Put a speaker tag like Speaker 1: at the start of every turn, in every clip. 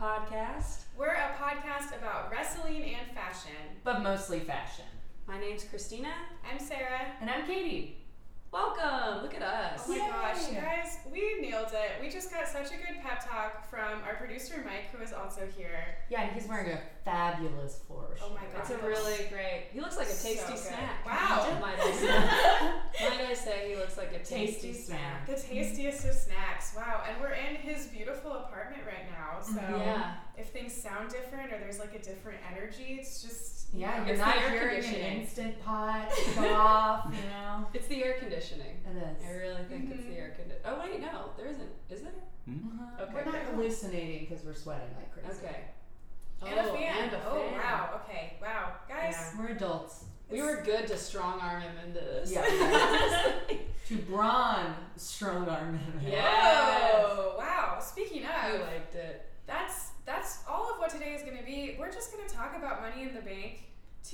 Speaker 1: podcast,
Speaker 2: We're a podcast about wrestling and fashion.
Speaker 1: but mostly fashion.
Speaker 3: My name's Christina.
Speaker 2: I'm Sarah.
Speaker 1: And I'm Katie.
Speaker 3: Welcome. Look at us.
Speaker 2: Oh my
Speaker 1: Yay.
Speaker 2: gosh, you guys, we nailed it. We just got such a good pep talk from our producer Mike, who is also here.
Speaker 1: Yeah, and he's wearing a fabulous flourish.
Speaker 2: Oh my
Speaker 3: It's
Speaker 2: gosh.
Speaker 3: a really great. He looks like a
Speaker 2: So
Speaker 3: tasty
Speaker 2: good.
Speaker 3: snack.
Speaker 2: Wow.
Speaker 3: Might I say? might I say he looks like a tasty,
Speaker 1: Tasty snack.
Speaker 2: The tastiest of snacks. Wow. And we're in his beautiful apartment right now. So
Speaker 3: Mm-hmm. Yeah.
Speaker 2: if things sound different or there's like a different energy, it's just.
Speaker 1: Yeah, you're
Speaker 3: It's
Speaker 1: not
Speaker 3: the air
Speaker 1: hearing an
Speaker 3: conditioning.
Speaker 1: instant pot go off, you know.
Speaker 3: It's the air conditioning.
Speaker 1: It
Speaker 3: I
Speaker 1: is.
Speaker 3: really think it's
Speaker 2: Mhm.
Speaker 3: the air conditioning. Oh wait, no, there isn't. Is there?
Speaker 1: Uh-huh.
Speaker 3: Okay,
Speaker 1: we're not
Speaker 3: okay.
Speaker 1: hallucinating because we're sweating like crazy.
Speaker 3: Okay.
Speaker 2: And a
Speaker 3: Oh,
Speaker 2: fan.
Speaker 3: and a
Speaker 2: Oh,
Speaker 3: fan.
Speaker 2: wow. Okay. Wow. Guys.
Speaker 1: Yeah, we're adults.
Speaker 3: We
Speaker 2: it's-
Speaker 3: were good to strong arm him into this.
Speaker 1: Yeah. to brawn strong arm.
Speaker 3: Yes.
Speaker 2: Whoa. Wow. Speaking
Speaker 3: I
Speaker 2: of.
Speaker 3: liked it.
Speaker 2: That's that's all of what today is going to be. We're just going to talk about Money in the Bank,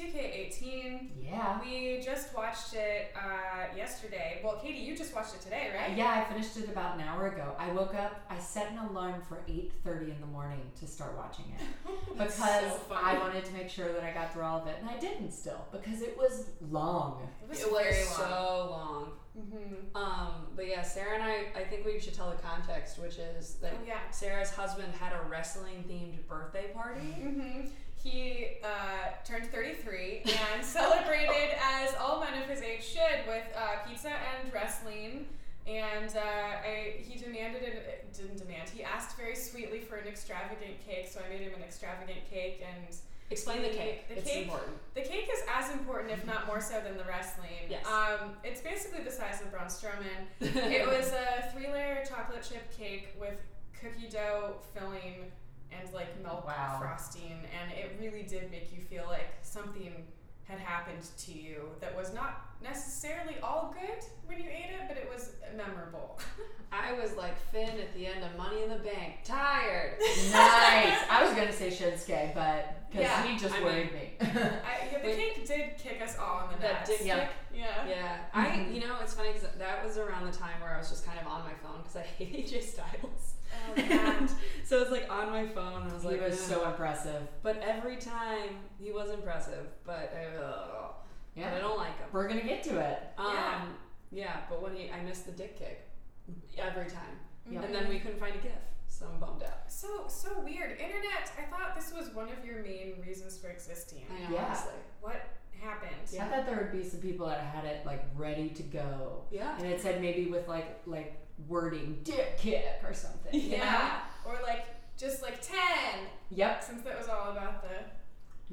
Speaker 2: 2K18.
Speaker 1: Yeah.
Speaker 2: We just watched it uh, yesterday. Well, Katie, you just watched it today, right?
Speaker 1: Yeah, I finished it about an hour ago. I woke up, I set an alarm for 8:30 in the morning to start watching it.
Speaker 3: That's
Speaker 1: because
Speaker 3: so funny.
Speaker 1: I wanted to make sure that I got through all of it, and I didn't still because it was long.
Speaker 2: It
Speaker 3: It
Speaker 2: was,
Speaker 3: was
Speaker 2: very long.
Speaker 3: so long.
Speaker 2: hmm
Speaker 3: Um, but yeah, Sarah and I, I think we should tell the context, which is that
Speaker 2: Oh, yeah.
Speaker 3: Sarah's husband had a wrestling themed birthday party.
Speaker 2: hmm He uh, turned 33 and celebrated as all men of his age should with uh, pizza and wrestling. And uh, I, he demanded an, didn't demand. He asked very sweetly for an extravagant cake, so I made him an extravagant cake. And
Speaker 3: Explain the
Speaker 2: The-
Speaker 3: cake.
Speaker 2: the
Speaker 3: it's
Speaker 2: cake?
Speaker 3: important.
Speaker 2: the cake is as important, if not more so, than the wrestling.
Speaker 3: Yes.
Speaker 2: Um, it's basically the size of Braun Strowman. it was a three-layer chocolate chip cake with cookie dough filling and like milk
Speaker 1: Wow.
Speaker 2: frosting, and it really did make you feel like something had happened to you that was not necessarily all good when you ate it, but it was memorable.
Speaker 3: I was like Finn at the end of Money in the Bank, tired.
Speaker 1: nice. I was gonna say Shinsuke, but because
Speaker 2: Yeah,
Speaker 1: he just
Speaker 3: I
Speaker 1: worried me.
Speaker 2: I, yeah, the
Speaker 3: Wait.
Speaker 2: cake did kick us all in the
Speaker 3: That
Speaker 2: nuts.
Speaker 3: dick
Speaker 1: Yeah.
Speaker 3: pic.
Speaker 2: Yeah.
Speaker 3: Yeah, I.
Speaker 1: Mhm.
Speaker 3: You know, it's funny because that was around the time where I was just kind of on my phone because I hate AJ Styles,
Speaker 2: Oh, yeah.
Speaker 3: and so I was like on my phone and I was
Speaker 1: he
Speaker 3: like,
Speaker 1: was
Speaker 3: "Ugh."
Speaker 1: so impressive.
Speaker 3: But every time he was impressive, but I, ugh, but I
Speaker 1: Yeah,
Speaker 3: don't like him.
Speaker 1: we're gonna get to it.
Speaker 3: Um,
Speaker 2: Yeah.
Speaker 3: yeah. but when he, I missed the dick kick every time,
Speaker 1: Yeah.
Speaker 3: and then we couldn't find a gif, so I'm bummed out.
Speaker 2: So so weird. Internet, I thought this was one of your main reasons for existing.
Speaker 3: I know,
Speaker 1: Yeah.
Speaker 3: honestly.
Speaker 2: What happened?
Speaker 3: Yeah.
Speaker 1: I thought there would be some people that had it like ready to go,
Speaker 3: Yeah.
Speaker 1: and it said maybe with like like wording "dick kick" or something. you know?
Speaker 2: Yeah. Or like just like ten.
Speaker 1: Yep.
Speaker 2: Since that was all about the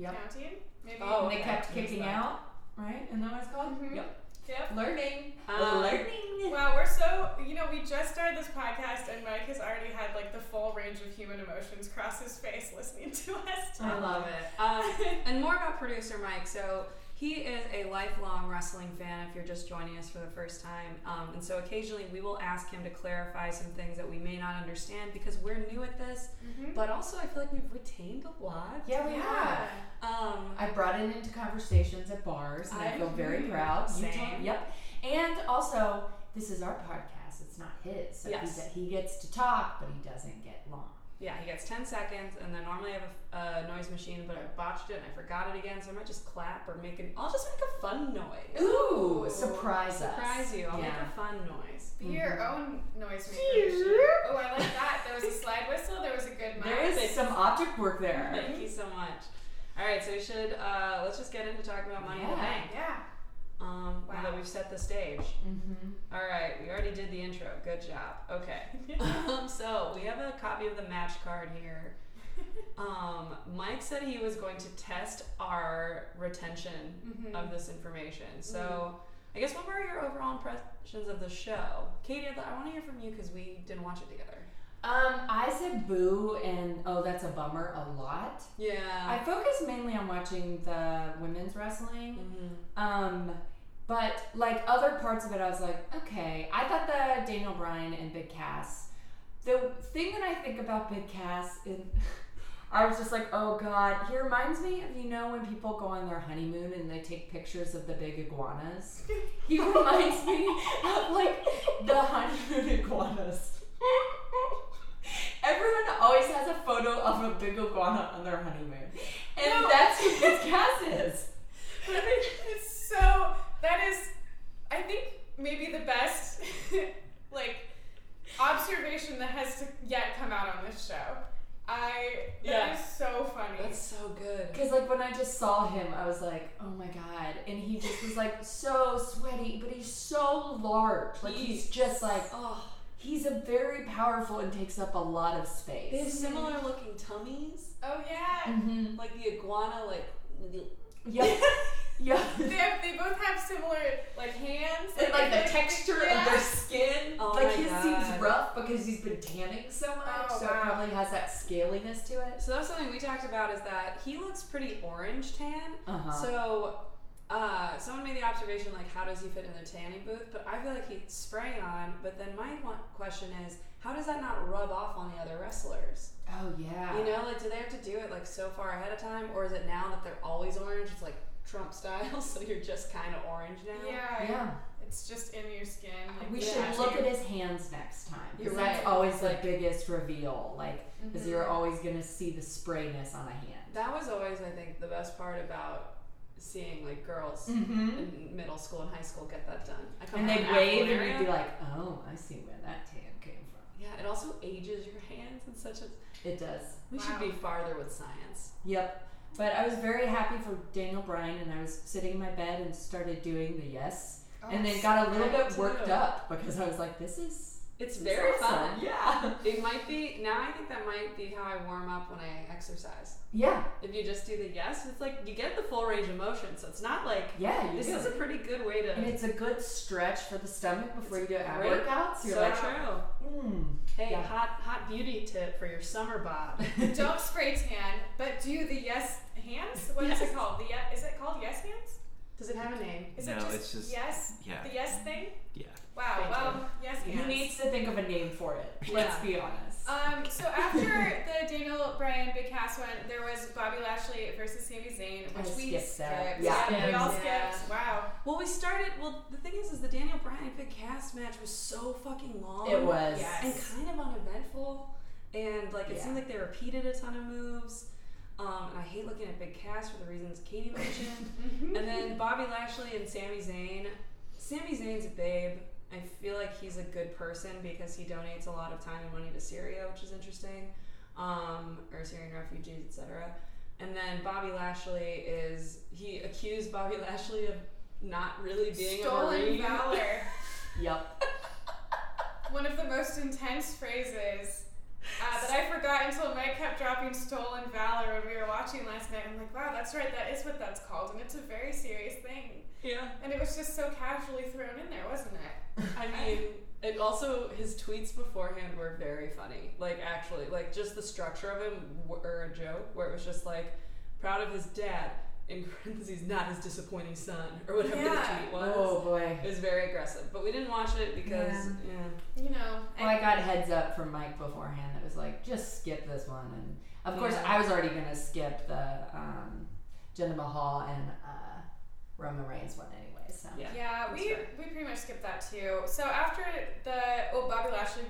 Speaker 1: Yep.
Speaker 2: counting. Maybe
Speaker 3: Oh.
Speaker 1: and they
Speaker 3: okay.
Speaker 1: kept
Speaker 3: Missed
Speaker 1: kicking
Speaker 3: that.
Speaker 1: out. Right, and that was called.
Speaker 3: Mm-hmm.
Speaker 2: Mhm.
Speaker 1: Yep.
Speaker 2: Yep.
Speaker 1: Learning.
Speaker 3: Um,
Speaker 1: Learning.
Speaker 2: Wow, we're so you know, we just started this podcast and Mike has already had like the full range of human emotions cross his face listening to us.
Speaker 1: I love it.
Speaker 3: Um, and more about producer Mike. So he is a lifelong wrestling fan. If you're just joining us for the first time, um, and so occasionally we will ask him to clarify some things that we may not understand because we're new at this.
Speaker 2: Mhm.
Speaker 3: But also, I feel like we've retained a lot.
Speaker 1: Yeah, we have.
Speaker 2: Yeah.
Speaker 3: Um,
Speaker 1: I brought it into conversations at bars, and I,
Speaker 3: I-
Speaker 1: feel very
Speaker 2: Mhm.
Speaker 1: proud. You
Speaker 3: Same.
Speaker 1: told- yep. And also, this is our podcast. It's not his. So
Speaker 3: Yes.
Speaker 1: he, he gets to talk, but he doesn't get long.
Speaker 3: yeah, he gets 10 seconds, and then normally I have a, a noise machine, but I botched it and I forgot it again, so I might just clap or make an. I'll just make a fun noise.
Speaker 1: Ooh,
Speaker 2: Ooh,
Speaker 1: surprise us.
Speaker 3: Surprise you! I'll
Speaker 1: yeah.
Speaker 3: make a fun noise.
Speaker 1: Mm-hmm.
Speaker 2: Be your own noise maker. machine. Oh, I like that. There was a slide whistle, there was a good mic.
Speaker 1: There is some object work there.
Speaker 3: Thank you so much. All right, so we should uh, let's just get into talking about money in the
Speaker 1: Yeah.
Speaker 3: bank.
Speaker 2: Yeah.
Speaker 3: Um, Now
Speaker 2: Wow.
Speaker 3: that we've set the stage.
Speaker 1: Mm-hmm.
Speaker 3: All right, we already did the intro. Good job. Okay. um, so we have a copy of the match card here. Um, Mike said he was going to test our retention
Speaker 2: Mhm.
Speaker 3: of this information. So I guess what were your overall impressions of the show? Katie, I want to hear from you because we didn't watch it together.
Speaker 1: Um, I said boo and oh, that's a bummer a lot.
Speaker 3: Yeah.
Speaker 1: I focused mainly on watching the women's wrestling. Um, but like other parts of it, I was like, okay. I thought the Daniel Bryan and Big Cass. The thing that I think about Big Cass, and I was just like, oh god, he reminds me of you know when people go on their honeymoon and they take pictures of the big iguanas. he reminds me of like the honeymoon iguanas. Everyone always has a photo of a big iguana on their honeymoon. And
Speaker 2: No.
Speaker 1: that's who this cast is.
Speaker 2: it's so that is I think maybe the best like observation that has to yet come out on this show. I that is
Speaker 3: Yeah.
Speaker 2: so funny.
Speaker 3: That's so good.
Speaker 1: Because, like, when I just saw him, I was like, oh my god. And he just was, like, so sweaty, but he's so large. Like, he's just, like,
Speaker 3: Oh,
Speaker 1: he's a very powerful and takes up a lot of space.
Speaker 3: they have similar looking tummies.
Speaker 2: oh yeah.
Speaker 1: hmm
Speaker 3: Like the iguana, like.
Speaker 1: Yep. yep.
Speaker 2: They, have, they both have similar like hands
Speaker 1: And, like,
Speaker 2: they-
Speaker 1: the texture of their
Speaker 2: yes.
Speaker 1: skin.
Speaker 3: Oh
Speaker 1: like,
Speaker 3: my
Speaker 1: his
Speaker 3: God.
Speaker 1: seems rough because he's been tanning so much,
Speaker 2: Oh,
Speaker 1: so
Speaker 2: wow.
Speaker 1: it probably has that scaliness to it.
Speaker 3: So that's something we talked about is that he looks pretty orange tan.
Speaker 1: Uh huh.
Speaker 3: So, uh, someone made the observation like, how does he fit in the tanning booth? But I feel like he's spray on. But then my one question is, how does that not rub off on the other wrestlers?
Speaker 1: oh, yeah.
Speaker 3: You know, like, do they have to do it like so far ahead of time, or is it now that they're always orange? It's like Trump style, so you're just kind of orange now.
Speaker 2: Yeah,
Speaker 1: yeah.
Speaker 2: It's just in your skin. Like,
Speaker 1: We
Speaker 3: Yeah.
Speaker 1: should look at his hands next time.
Speaker 3: You're
Speaker 1: Because that's
Speaker 3: right.
Speaker 1: always the
Speaker 3: Like-
Speaker 1: biggest reveal. Like, because
Speaker 2: Mhm.
Speaker 1: you're always going to see the sprayness on a hand.
Speaker 3: That was always, I think, the best part about seeing like girls
Speaker 1: Mm-hmm.
Speaker 3: in middle school and high school get that done. I come
Speaker 1: And
Speaker 3: from
Speaker 1: they
Speaker 3: an
Speaker 1: wave,
Speaker 3: affluent
Speaker 1: and
Speaker 3: area.
Speaker 1: you'd be like, oh, I see where that tan came from.
Speaker 3: Yeah, it also ages your hands and such. A,
Speaker 1: It does.
Speaker 3: we should
Speaker 2: Wow.
Speaker 3: be farther with science.
Speaker 1: Yep. But I was very happy for Daniel Bryan, and I was sitting in my bed and started doing the yes,
Speaker 2: Oh,
Speaker 1: and then got a little
Speaker 3: I
Speaker 1: bit worked
Speaker 3: do.
Speaker 1: up because I was like, this is
Speaker 3: It's
Speaker 1: this is
Speaker 3: very
Speaker 1: awesome.
Speaker 3: fun.
Speaker 1: Yeah.
Speaker 3: It might be now. I think that might be how I warm up when I exercise.
Speaker 1: Yeah.
Speaker 3: If you just do the yes, it's like you get the full range of motion. So it's not like
Speaker 1: Yeah. You
Speaker 3: this
Speaker 1: do.
Speaker 3: is a pretty good way to.
Speaker 1: and it's a good stretch for the stomach before
Speaker 3: It's
Speaker 1: you do ab
Speaker 3: great.
Speaker 1: workouts. You're
Speaker 3: so
Speaker 1: like,
Speaker 3: true.
Speaker 1: mm.
Speaker 3: Hey,
Speaker 1: Yeah.
Speaker 3: hot hot beauty tip for your summer bob.
Speaker 2: Don't spray tan, but do the yes hands. What is
Speaker 3: Yes.
Speaker 2: it called? The yes, is it called yes hands?
Speaker 3: Does it have a name?
Speaker 2: Is
Speaker 4: No,
Speaker 2: it just,
Speaker 4: it's just-
Speaker 2: yes?
Speaker 4: Yeah,
Speaker 2: The yes thing.
Speaker 4: yeah.
Speaker 2: Wow.
Speaker 1: Thank
Speaker 2: well, yes
Speaker 1: He
Speaker 2: hands.
Speaker 1: needs to think of a name for it. Let's
Speaker 3: Yeah. Uh,
Speaker 1: be honest.
Speaker 2: Um, so after the Daniel Bryan Big Cass one, there was Bobby Lashley versus Sami Zayn,
Speaker 1: I
Speaker 2: which we
Speaker 1: skipped that.
Speaker 2: skipped.
Speaker 1: Yeah.
Speaker 2: we all skipped.
Speaker 3: Yeah.
Speaker 2: Wow.
Speaker 3: Well, we started. Well, the thing is, is the Daniel Bryan Big Cass match was so fucking long.
Speaker 1: it was.
Speaker 2: yes.
Speaker 3: and kind of uneventful. And like it
Speaker 1: Yeah.
Speaker 3: seemed like they repeated a ton of moves. Um, and I hate looking at Big Cass for the reasons Katie mentioned.
Speaker 2: Mhm.
Speaker 3: and then Bobby Lashley and Sami Zayn. Sami Zayn's a babe. I feel like he's a good person because he donates a lot of time and money to Syria, which is interesting, um, or Syrian refugees, etc. And then Bobby Lashley is he accused Bobby Lashley of not really being a
Speaker 2: Stolen
Speaker 3: Marine.
Speaker 2: valor.
Speaker 1: Yep.
Speaker 2: One of the most intense phrases uh, that I forgot until Mike kept dropping "stolen valor" when we were watching last night. I'm like, wow, that's right. That is what that's called, and it's a very serious thing.
Speaker 3: Yeah.
Speaker 2: And it was just so casually thrown in there, wasn't it?
Speaker 3: I mean, and also his tweets beforehand were very funny. Like, actually, like just the structure of him were a joke, where it was just like, proud of his dad in parentheses, not his disappointing son, or whatever
Speaker 2: Yeah.
Speaker 3: the tweet was.
Speaker 1: Oh boy.
Speaker 3: It was very aggressive, but we didn't watch it because
Speaker 1: Yeah.
Speaker 3: yeah.
Speaker 2: You know.
Speaker 1: Well, I got a heads up from Mike beforehand that was like, just skip this one. And of course,
Speaker 3: Yeah.
Speaker 1: I was already going to skip the um, Jinder Mahal and uh, Roman Reigns one anyway. So
Speaker 3: Yeah.
Speaker 2: Yeah,
Speaker 3: that's
Speaker 2: we
Speaker 3: fair.
Speaker 2: we pretty much skipped that too. So after the oh Bobby Lashley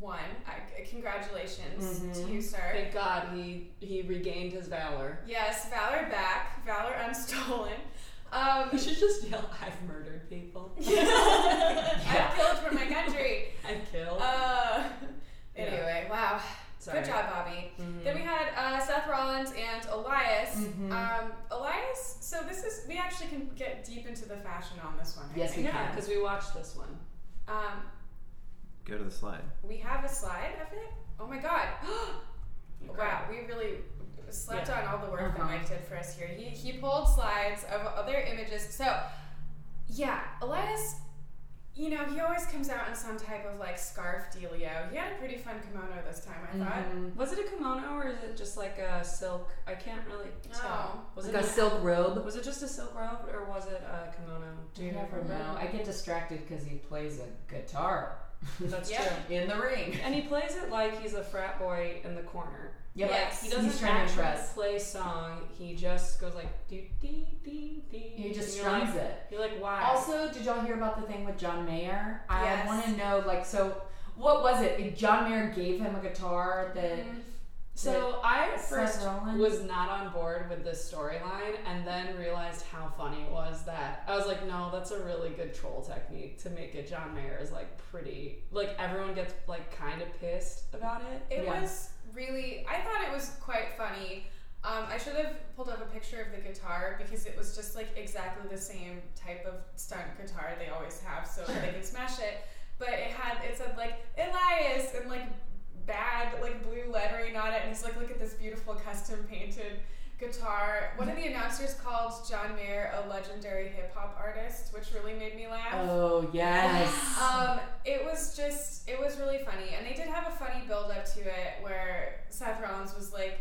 Speaker 2: won, I, congratulations
Speaker 1: Mhm.
Speaker 2: to you, sir.
Speaker 3: Mm-hmm. Thank God he he regained his valor.
Speaker 2: yes, valor back, valor unstolen. Um,
Speaker 3: We should just yell, "I've murdered people.
Speaker 2: I've killed for my country.
Speaker 3: I've killed."
Speaker 2: Uh,
Speaker 3: Yeah.
Speaker 2: anyway, wow,
Speaker 3: Sorry.
Speaker 2: good job, Bobby.
Speaker 1: Mm-hmm.
Speaker 3: Mhm.
Speaker 2: Then we had uh, Seth Rollins and Elias.
Speaker 1: Mhm.
Speaker 3: Mm-hmm.
Speaker 2: Um, Elias. So this is we actually can get deep into the fashion on this one. I
Speaker 1: Yes,
Speaker 2: think.
Speaker 3: yeah, because we watched this one.
Speaker 2: Um,
Speaker 4: Go to the slide.
Speaker 2: we have a slide of it. Oh my god. Wow, we really slept
Speaker 3: Yeah.
Speaker 2: on all the work
Speaker 1: Uh-huh.
Speaker 2: that Mike did for us here. He, he pulled slides of other images. So, yeah, Elias, you know, he always comes out in some type of like scarf dealio. He had a pretty fun kimono this time, I thought.
Speaker 1: Mhm.
Speaker 3: Was it a kimono or is it just like a silk? I can't really
Speaker 2: Oh.
Speaker 3: tell. Was
Speaker 1: Like
Speaker 3: it
Speaker 1: a silk robe.
Speaker 3: Was it just a silk robe or was it a kimono? Do you
Speaker 1: never
Speaker 3: remember?
Speaker 1: know. I get distracted because he plays a guitar
Speaker 3: That's
Speaker 2: Yeah.
Speaker 3: true.
Speaker 1: in the ring.
Speaker 3: And he plays it like he's a frat boy in the corner.
Speaker 1: Yep.
Speaker 3: Like,
Speaker 2: Yes.
Speaker 3: he doesn't
Speaker 1: He's trying to
Speaker 3: actually
Speaker 1: impress.
Speaker 3: play song. He just goes like dee dee dee dee.
Speaker 1: He just
Speaker 3: and you're like,
Speaker 1: strums it.
Speaker 3: You're like, why?
Speaker 1: Also, did y'all hear about the thing with John Mayer? I
Speaker 2: Yes.
Speaker 1: want to know, like, so what was it? John Mayer gave him a guitar that
Speaker 2: Mhm.
Speaker 3: So I at
Speaker 1: Seth
Speaker 3: first
Speaker 1: Rollins?
Speaker 3: was not on board with this storyline, and then realized how funny it was that I was like, no, that's a really good troll technique to make it John Mayer is like pretty, like everyone gets like kind of pissed about it.
Speaker 2: It
Speaker 1: Yeah.
Speaker 2: was really. I thought it was quite funny. Um, I should have pulled up a picture of the guitar because it was just like exactly the same type of stunt guitar they always have, so they can smash it. But it had it said like Elias and like bad like blue lettering on it, and he's like, look at this beautiful custom painted guitar. One of the announcers called John Mayer a legendary hip hop artist, which really made me laugh.
Speaker 1: Oh yes.
Speaker 2: Mm-hmm. Um, it was just, it was really funny, and they did have a funny build up to it where Seth Rollins was like,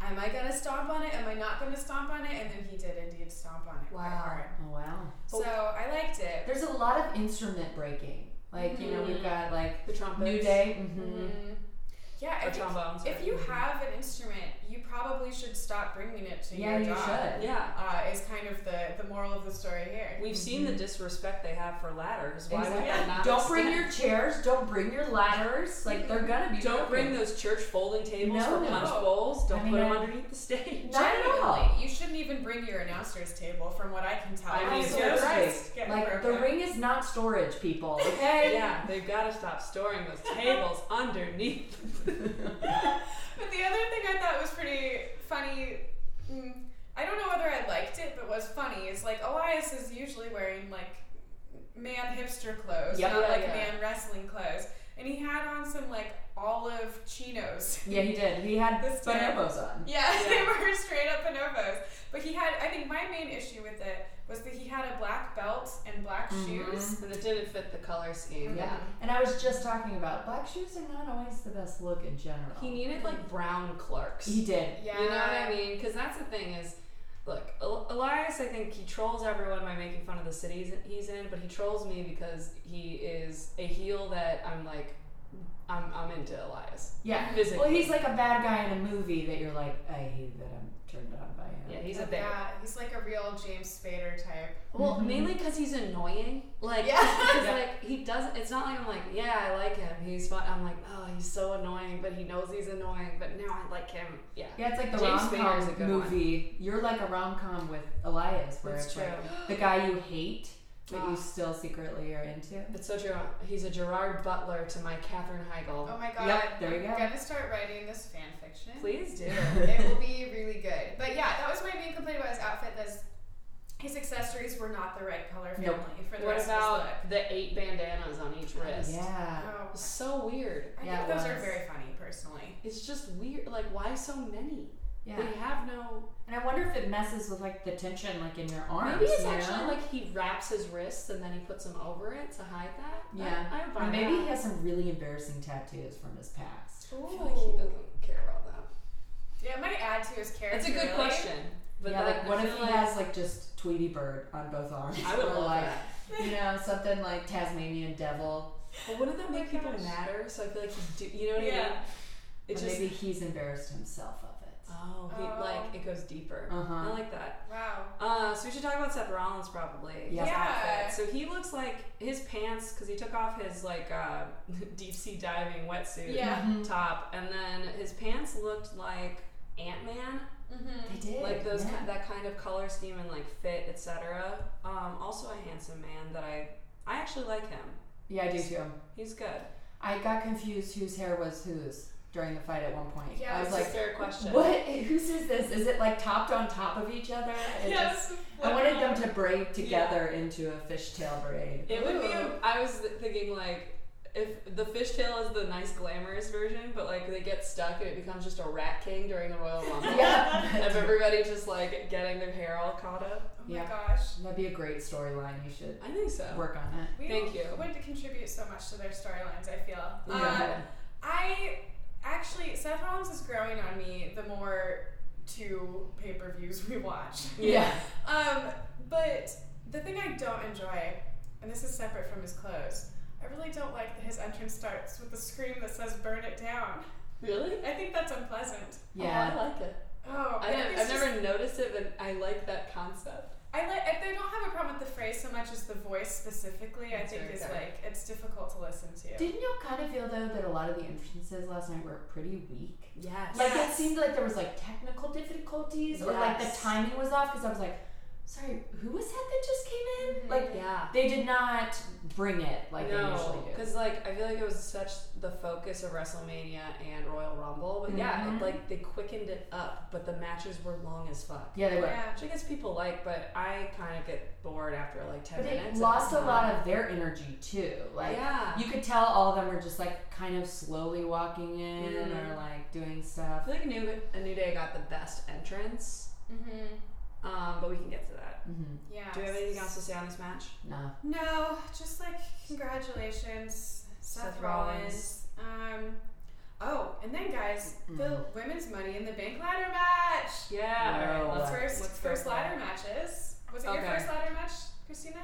Speaker 2: "Am I gonna stomp on it? Am I not gonna stomp on it?" And then he did indeed stomp on it. quite
Speaker 3: Wow.
Speaker 2: hard.
Speaker 1: oh wow.
Speaker 2: So I liked it.
Speaker 1: There's a lot of instrument breaking. Like you know we've got like
Speaker 3: The Mm-hmm. trumpets, Mm-hmm.
Speaker 1: New Day. hmm
Speaker 2: Mhm. Yeah,
Speaker 3: or
Speaker 2: if you,
Speaker 3: trombones.
Speaker 2: if you have an instrument, you probably should stop bringing it to
Speaker 1: Yeah,
Speaker 2: your
Speaker 1: you
Speaker 2: job.
Speaker 1: should.
Speaker 3: yeah,
Speaker 2: Uh, is kind of the the moral of the story here.
Speaker 3: we've seen the disrespect they have for ladders. Why would
Speaker 1: Exactly.
Speaker 3: that not?
Speaker 1: Don't bring
Speaker 3: extend?
Speaker 1: your chairs. Don't bring your ladders. Like they're gonna be.
Speaker 3: Don't
Speaker 1: broken.
Speaker 3: bring those church folding tables
Speaker 1: No,
Speaker 3: for
Speaker 1: no.
Speaker 3: punch bowls. Don't
Speaker 1: I
Speaker 3: 'em
Speaker 1: mean,
Speaker 3: put them
Speaker 1: I-
Speaker 3: underneath the stage.
Speaker 1: Not at all.
Speaker 2: Genuinely, you shouldn't even bring your announcer's table, from what I can tell.
Speaker 3: I mean,
Speaker 2: Because
Speaker 3: you're
Speaker 2: those
Speaker 1: right.
Speaker 2: just get
Speaker 1: Like the
Speaker 2: broken.
Speaker 1: ring is not storage, people. Okay.
Speaker 3: Yeah, they've got to stop storing those tables underneath.
Speaker 2: But the other thing I thought was pretty funny. mm, I don't know whether I liked it, but was funny. Is like Elias is usually wearing like man hipster clothes,
Speaker 1: Yep.
Speaker 2: not
Speaker 3: Yeah,
Speaker 2: like
Speaker 3: yeah.
Speaker 2: man wrestling clothes, and he had on some like olive chinos.
Speaker 1: Yeah, he did. He had
Speaker 2: This time.
Speaker 1: bonobos on.
Speaker 2: Yeah, they
Speaker 3: Yeah.
Speaker 2: were straight up bonobos. But he had, I think, my main issue with it was that he had a black belt and black shoes.
Speaker 3: And it didn't fit the color scheme.
Speaker 1: Yeah. And I was just talking about black shoes are not always the best look in general.
Speaker 3: He needed like brown clerks.
Speaker 1: He did.
Speaker 2: Yeah,
Speaker 3: You know what I mean? Because that's the thing is, look, El- Elias, I think he trolls everyone by making fun of the cities he's in, but he trolls me because he is a heel that I'm like, I'm, I'm into Elias.
Speaker 1: Yeah.
Speaker 3: Physically.
Speaker 1: Well, he's like a bad guy in a movie that you're like, I hate that I'm turned on by him.
Speaker 3: yeah, he's a bear.
Speaker 2: yeah, he's like a real James Spader type.
Speaker 3: Well,
Speaker 1: Mhm.
Speaker 3: mainly because he's annoying. Like,
Speaker 2: Yeah.
Speaker 3: 'cause,
Speaker 1: Yeah.
Speaker 3: like he doesn't. It's not like I'm like, yeah, I like him. He's fun. I'm like, oh, he's so annoying, but he knows he's annoying. But now I like him. Yeah.
Speaker 1: Yeah, it's like the
Speaker 3: James
Speaker 1: rom
Speaker 3: Spader is a
Speaker 1: com
Speaker 3: good one.
Speaker 1: movie. You're like a rom com with Elias, where
Speaker 3: That's
Speaker 1: it's
Speaker 3: true.
Speaker 1: like the guy you hate, but
Speaker 3: Ah.
Speaker 1: you still secretly are into.
Speaker 3: It's so true. He's a Gerard Butler to my Katherine Heigl.
Speaker 2: Oh my god.
Speaker 1: Yep, there you go.
Speaker 2: I'm gonna start writing this fan fiction.
Speaker 3: Please do.
Speaker 2: it will be really good. But yeah, that was my main complaint about his outfit. This his accessories were not the right color family
Speaker 1: Nope.
Speaker 2: for the
Speaker 3: what
Speaker 2: rest of his
Speaker 3: about the eight bandanas on each wrist?
Speaker 1: Oh, Yeah.
Speaker 2: look. Oh,
Speaker 3: So weird.
Speaker 2: I
Speaker 1: Yeah,
Speaker 2: think
Speaker 1: it
Speaker 2: those are
Speaker 1: was.
Speaker 2: very funny, personally.
Speaker 3: It's just weird. Like, why so many?
Speaker 1: Yeah.
Speaker 3: They have no.
Speaker 1: And I wonder if it messes with like the tension, like in your arms.
Speaker 3: Maybe it's
Speaker 1: you know?
Speaker 3: actually like he wraps his wrists and then he puts them over it to hide that.
Speaker 1: Yeah.
Speaker 3: I, I would buy
Speaker 1: Or maybe
Speaker 3: that.
Speaker 1: he has some really embarrassing tattoos from his past.
Speaker 3: I feel like he doesn't care about that.
Speaker 2: Yeah, it might add to his character.
Speaker 3: That's a good
Speaker 2: really.
Speaker 3: question. But
Speaker 1: yeah, like
Speaker 3: I
Speaker 1: what
Speaker 3: feel
Speaker 1: if he
Speaker 3: like-
Speaker 1: has like just Tweety Bird on both arms?
Speaker 3: I would
Speaker 1: or
Speaker 3: love
Speaker 1: like
Speaker 3: that.
Speaker 1: you know something like Tasmanian Devil.
Speaker 3: But wouldn't that
Speaker 2: Oh my
Speaker 3: make people
Speaker 2: gosh.
Speaker 3: madder? So I feel like he do. You know what I mean?
Speaker 2: Yeah.
Speaker 3: It
Speaker 1: or
Speaker 3: just.
Speaker 1: maybe he's embarrassed himself of it.
Speaker 3: Oh, he,
Speaker 2: Oh.
Speaker 3: like it goes deeper.
Speaker 1: Uh-huh.
Speaker 3: I Uh, like that.
Speaker 2: Wow.
Speaker 3: Uh, so we should talk about Seth Rollins probably. his
Speaker 1: Yeah.
Speaker 3: outfit. So he looks like his pants because he took off his like uh, deep sea diving wetsuit
Speaker 2: Yeah.
Speaker 1: Mhm.
Speaker 3: top, and then his pants looked like Ant Man,
Speaker 2: Mm-hmm.
Speaker 1: They did.
Speaker 3: like those
Speaker 1: yeah.
Speaker 3: ki- that kind of color scheme and like fit, etc. Um, also a handsome man that I I actually like him.
Speaker 1: yeah, I do too.
Speaker 3: He's good.
Speaker 1: I got confused whose hair was whose during the fight at one point.
Speaker 2: Yeah,
Speaker 1: I
Speaker 2: it's
Speaker 1: was
Speaker 3: That's a
Speaker 1: like,
Speaker 3: fair question.
Speaker 1: what? Whose is this? Is it like topped on top of each other? It just-
Speaker 2: Yes.
Speaker 1: I wanted them to braid together into a fishtail braid.
Speaker 3: It would be.
Speaker 2: Ooh.
Speaker 3: I was thinking like if the fishtail is the nice glamorous version, but like they get stuck and it becomes just a rat king during the Royal Rumble.
Speaker 1: Yeah.
Speaker 3: Of everybody just like getting their hair all caught up.
Speaker 2: Oh
Speaker 1: Yeah.
Speaker 2: my gosh.
Speaker 1: That'd be a great storyline. You should
Speaker 3: I think so.
Speaker 1: work on it.
Speaker 2: We
Speaker 3: Thank you.
Speaker 2: would contribute so much to their storylines, I feel. Uh,
Speaker 1: Yeah.
Speaker 2: I actually Seth Rollins is growing on me the more two pay per views we watch.
Speaker 1: Yeah.
Speaker 2: Um, but the thing I don't enjoy, and this is separate from his clothes, I really don't like that his entrance starts with a scream that says "Burn it down."
Speaker 3: Really?
Speaker 2: I think that's unpleasant.
Speaker 1: Yeah.
Speaker 3: Oh, I like it.
Speaker 2: Oh,
Speaker 3: I
Speaker 2: and
Speaker 3: have,
Speaker 2: it's
Speaker 3: I've
Speaker 2: just-
Speaker 3: never noticed it, but I like that concept.
Speaker 2: I like. I they don't have a problem with the phrase so much as the voice specifically. I
Speaker 3: That's
Speaker 2: think
Speaker 3: very
Speaker 2: is
Speaker 3: good.
Speaker 2: like it's difficult to listen to.
Speaker 1: Didn't y'all kind of feel though that a lot of the entrances last night were pretty weak?
Speaker 3: Yes.
Speaker 1: Like
Speaker 2: Yes.
Speaker 1: it seemed like there was like technical difficulties or like the
Speaker 3: Yes.
Speaker 1: timing was off because I was like, sorry, who was that that just came in?
Speaker 2: Mhm.
Speaker 1: Like
Speaker 3: yeah.
Speaker 1: they did not bring it like they
Speaker 3: no,
Speaker 1: usually do.
Speaker 3: because like I feel like it was such the focus of WrestleMania and Royal Rumble, but yeah,
Speaker 1: Mhm.
Speaker 3: it, like they quickened it up, but the matches were long as fuck.
Speaker 1: Yeah, they were.
Speaker 2: yeah.
Speaker 3: Which I guess people like, but I kind of get bored after like ten
Speaker 1: But they
Speaker 3: minutes.
Speaker 1: lost a lot of their energy too. Like
Speaker 3: yeah.
Speaker 1: you could tell all of them were just like kind of slowly walking in
Speaker 3: Mhm.
Speaker 1: or like doing
Speaker 3: I
Speaker 1: stuff.
Speaker 3: feel like a new a new day got the best entrance,
Speaker 2: Mm-hmm.
Speaker 3: um, but we can get to that.
Speaker 1: Mm-hmm.
Speaker 2: Yeah.
Speaker 3: Do we have anything else to say on this match?
Speaker 1: No.
Speaker 2: No, just like congratulations, Seth,
Speaker 3: Seth
Speaker 2: Rollins. Um, oh, and then guys, the
Speaker 1: Mm.
Speaker 2: women's Money in the Bank ladder match.
Speaker 3: Yeah.
Speaker 1: No.
Speaker 3: All right, let's-
Speaker 2: First,
Speaker 3: What's
Speaker 2: first
Speaker 3: first
Speaker 2: ladder matches. Was it your
Speaker 3: Okay.
Speaker 2: first ladder match, Christina?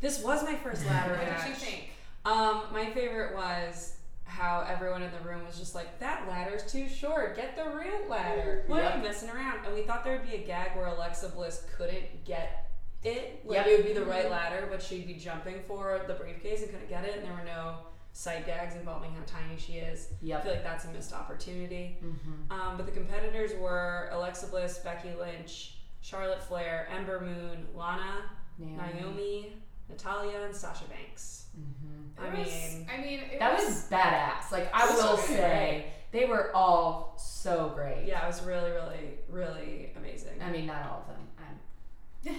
Speaker 3: This was my first ladder
Speaker 2: What
Speaker 3: match.
Speaker 2: did you think?
Speaker 3: Um, my favorite was how everyone in the room was just like, "That ladder's too short. Get the real ladder. What are you messing around?" And we thought there would be a gag where Alexa Bliss couldn't get it. Like
Speaker 1: Yep.
Speaker 3: it would be the right ladder, but she'd be jumping for the briefcase and couldn't get it. And there were no side gags involving how tiny she is. I
Speaker 1: Yep.
Speaker 3: feel like that's a missed opportunity.
Speaker 1: Mm-hmm.
Speaker 3: Um, but the competitors were Alexa Bliss, Becky Lynch, Charlotte Flair, Ember Moon, Lana, Naomi, Natalia, and Sasha Banks.
Speaker 1: Mm-hmm.
Speaker 3: I
Speaker 2: It was-
Speaker 3: mean,
Speaker 2: I mean, it
Speaker 1: That
Speaker 2: was,
Speaker 1: was badass. Like I
Speaker 3: So
Speaker 1: will
Speaker 3: great.
Speaker 1: say, they were all so great.
Speaker 3: yeah, it was really, really, really amazing.
Speaker 1: I mean, not all of them. I'm,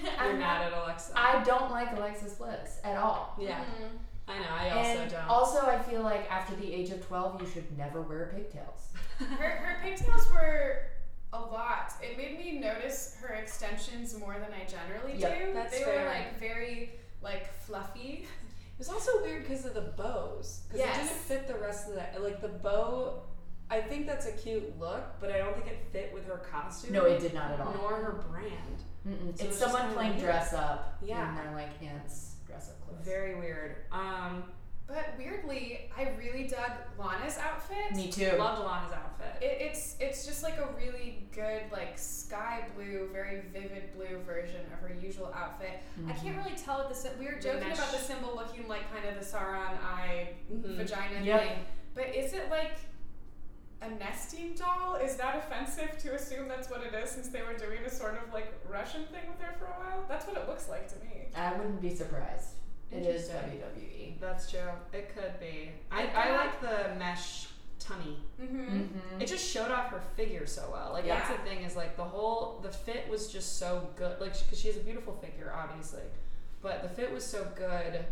Speaker 3: You're
Speaker 1: I'm
Speaker 3: mad at Alexa.
Speaker 1: I don't like Alexis Bliss at all.
Speaker 3: yeah,
Speaker 2: Mhm.
Speaker 3: I know. I also
Speaker 1: and
Speaker 3: don't.
Speaker 1: also, I feel like after the age of twelve, you should never wear pigtails.
Speaker 2: Her, her pigtails were a lot. It made me notice her extensions more than I generally
Speaker 1: Yep,
Speaker 2: do.
Speaker 3: that's
Speaker 2: they were
Speaker 3: fair.
Speaker 2: like very like fluffy.
Speaker 3: It was also weird because of the bows. Because
Speaker 2: Yes.
Speaker 3: it didn't fit the rest of the like the bow. I think that's a cute look, but I don't think it fit with her costume.
Speaker 1: No, it did not at all.
Speaker 3: nor her brand.
Speaker 1: Mm-mm.
Speaker 3: So
Speaker 1: it's
Speaker 3: it's just
Speaker 1: someone
Speaker 3: kinda
Speaker 1: playing
Speaker 3: weird.
Speaker 1: dress up.
Speaker 3: Yeah.
Speaker 1: and they're like ants dress up clothes.
Speaker 3: Very weird. Um,
Speaker 2: But weirdly, I really dug Lana's outfit.
Speaker 1: Me too.
Speaker 3: loved Lana's outfit.
Speaker 2: It, it's it's just like a really good like sky blue, very vivid blue version of her usual outfit.
Speaker 1: Mm-hmm.
Speaker 2: I can't really tell what the sy- we were
Speaker 3: The
Speaker 2: joking
Speaker 3: mesh.
Speaker 2: about the symbol looking like kind of the Sauron eye
Speaker 1: Mm-hmm.
Speaker 3: Mhm.
Speaker 2: vagina
Speaker 1: Yep.
Speaker 2: thing, but is it like a nesting doll? Is that offensive to assume that's what it is since they were doing a sort of like Russian thing with her for a while? That's what it looks like to me.
Speaker 1: I wouldn't be surprised. It is E.
Speaker 3: Interesting.
Speaker 1: WWE.
Speaker 3: That's true. It could be. I,
Speaker 2: Like
Speaker 3: I
Speaker 2: that?
Speaker 3: like the mesh tummy.
Speaker 2: Mm-hmm.
Speaker 1: Mm-hmm.
Speaker 3: It just showed off her figure so well. Like that's
Speaker 2: Yeah.
Speaker 3: the thing is like the whole the fit was just so good. Like because she has a beautiful figure, obviously, but the fit was so good,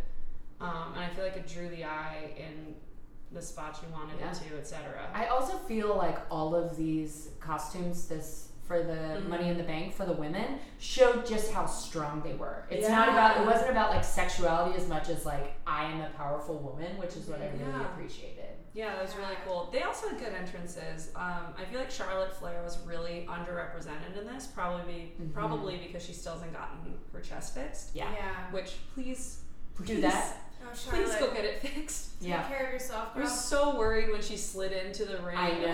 Speaker 3: um, and I feel like it drew the eye in the spots you wanted
Speaker 1: Yeah.
Speaker 3: it to, etc.
Speaker 1: I also feel like all of these costumes this for the
Speaker 3: Mhm.
Speaker 1: money in the bank for the women showed just how strong they were. It's not
Speaker 3: Yeah.
Speaker 1: about it wasn't about like sexuality as much as like I am a powerful woman, which is what I really
Speaker 3: Yeah.
Speaker 1: appreciated.
Speaker 3: Yeah, that was really cool. They also had good entrances. Um, I feel like Charlotte Flair was really underrepresented in this, probably be,
Speaker 1: Mhm.
Speaker 3: probably because she still hasn't gotten her chest fixed.
Speaker 1: Yeah.
Speaker 3: Which please
Speaker 1: Do that.
Speaker 2: Oh,
Speaker 3: Please
Speaker 2: Charlotte,
Speaker 3: go get it fixed.
Speaker 2: take
Speaker 1: Yeah.
Speaker 2: care of yourself,
Speaker 3: I
Speaker 2: girl.
Speaker 3: was so worried when she slid into the ring
Speaker 1: I
Speaker 3: on her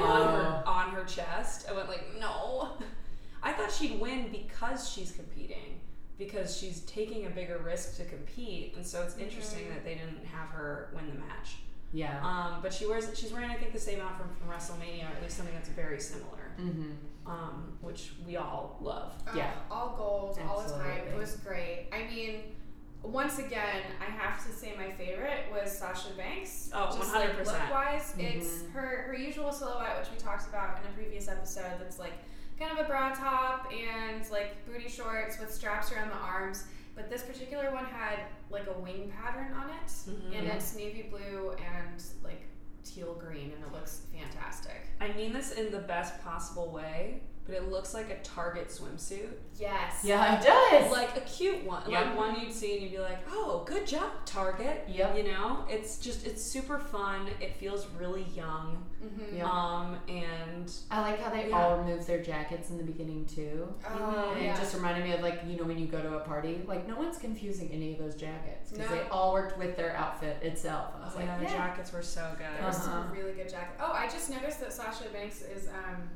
Speaker 1: know.
Speaker 3: on her chest. I went like, no. I thought she'd win because she's competing, because she's taking a bigger risk to compete, and so it's
Speaker 1: Mm-hmm.
Speaker 3: interesting
Speaker 2: Mhm.
Speaker 3: that they didn't have her win the match.
Speaker 1: Yeah.
Speaker 3: Um, but she wears she's wearing I think the same outfit from WrestleMania, or at least something that's very similar,
Speaker 1: Mm-hmm.
Speaker 3: um, which we all love.
Speaker 2: Uh,
Speaker 1: Yeah.
Speaker 2: all gold, all the time. It
Speaker 1: Absolutely.
Speaker 2: was great. I mean, once again, I have to say my favorite was Sasha Banks.
Speaker 3: Oh,
Speaker 2: Just
Speaker 3: 100%.
Speaker 2: Like wise, it's
Speaker 1: Mhm.
Speaker 2: her her usual silhouette, which we talked about in a previous episode. That's like kind of a bra top and like booty shorts with straps around the arms. But this particular one had like a wing pattern on it, and
Speaker 1: Mhm.
Speaker 2: it's navy blue and like teal green, and it looks fantastic.
Speaker 3: I mean this in the best possible way, but it looks like a Target swimsuit.
Speaker 2: Yes.
Speaker 1: Yeah, it does.
Speaker 3: like a cute one,
Speaker 1: Yeah.
Speaker 3: like one you'd see and you'd be like, "Oh, good job, Target."
Speaker 1: Yep.
Speaker 3: You know, it's just it's super fun. It feels really young.
Speaker 2: Mm-hmm.
Speaker 1: Yeah.
Speaker 3: Um, and
Speaker 1: I like how they
Speaker 3: Yeah.
Speaker 1: all removed their jackets in the beginning too.
Speaker 2: Oh,
Speaker 1: Mm-hmm. And
Speaker 2: yeah.
Speaker 1: it just reminded me of like you know when you go to a party, like no one's confusing any of those jackets because
Speaker 2: No.
Speaker 1: they all worked with their outfit itself. I was like,
Speaker 3: yeah, the
Speaker 1: Oh, yeah.
Speaker 3: jackets were so good.
Speaker 2: There was some
Speaker 1: Uh-huh.
Speaker 2: really good jacket. Oh, I just noticed that Sasha Banks is um,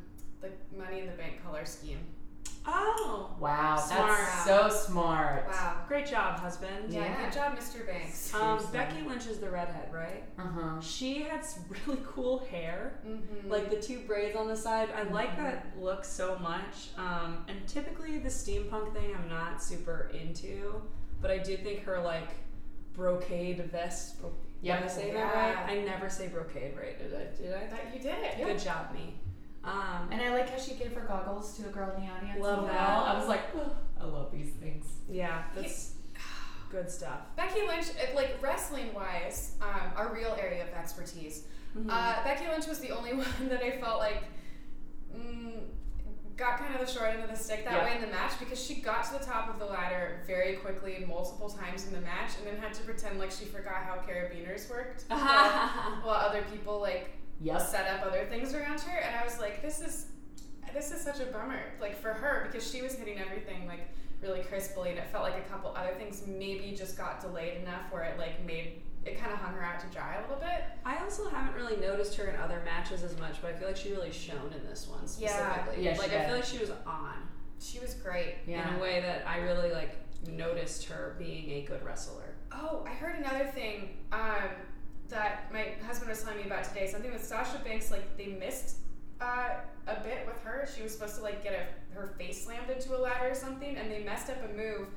Speaker 2: the Money in the Bank color scheme.
Speaker 3: Oh.
Speaker 1: Wow, that's
Speaker 3: Smart.
Speaker 1: so smart.
Speaker 3: Wow. Great job, husband.
Speaker 2: Yeah,
Speaker 1: Yeah.
Speaker 2: good job, Mr. Banks.
Speaker 3: Um,
Speaker 1: Seriously.
Speaker 3: Becky Lynch is the redhead, right?
Speaker 1: Uh huh.
Speaker 3: She had s- really cool hair,
Speaker 2: Mm-hmm.
Speaker 3: like the two braids on the side. I like
Speaker 1: Mm-hmm.
Speaker 3: that look so much. Um, and typically the steampunk thing I'm not super into, but I do think her like brocade vest. Bro-
Speaker 1: Yep.
Speaker 3: Did I say
Speaker 2: Yeah.
Speaker 3: that right? I never say brocade right. Did I? Did I?
Speaker 2: that you did it.
Speaker 3: Good job, me. Um,
Speaker 1: And I like how she gave her goggles to a girl in the audience.
Speaker 3: Love
Speaker 1: as well.
Speaker 3: that.
Speaker 1: I was like, "Ugh, I love these things.
Speaker 3: yeah, that's good stuff.
Speaker 2: Becky Lynch, it- like wrestling wise, um, our real area of expertise.
Speaker 1: Mm-hmm.
Speaker 2: Uh, Becky Lynch was the only one that I felt like mm, got kind of the short end of the stick that
Speaker 1: Yeah.
Speaker 2: way in the match because she got to the top of the ladder very quickly multiple times in the match and then had to pretend like she forgot how carabiners worked
Speaker 1: Uh-huh.
Speaker 2: while, while other people like
Speaker 1: Yes.
Speaker 2: set up other things around her and I was like this is this is such a bummer like for her because she was hitting everything like really crisply and it felt like a couple other things maybe just got delayed enough where it like made it kind of hung her out to dry a little bit
Speaker 3: I also haven't really noticed her in other matches as much, but I feel like she really shone in this one
Speaker 2: Yeah.
Speaker 3: specifically.
Speaker 1: Yeah, she
Speaker 3: like I
Speaker 1: did.
Speaker 3: feel like she was on
Speaker 2: she was great
Speaker 1: Yeah.
Speaker 3: in a way that I really like noticed her being a good wrestler.
Speaker 2: oh I heard another thing um that my husband was telling me about today something with Sasha Banks like they missed uh, a bit with her she was supposed to like get a, her face slammed into a ladder or something and they messed up a move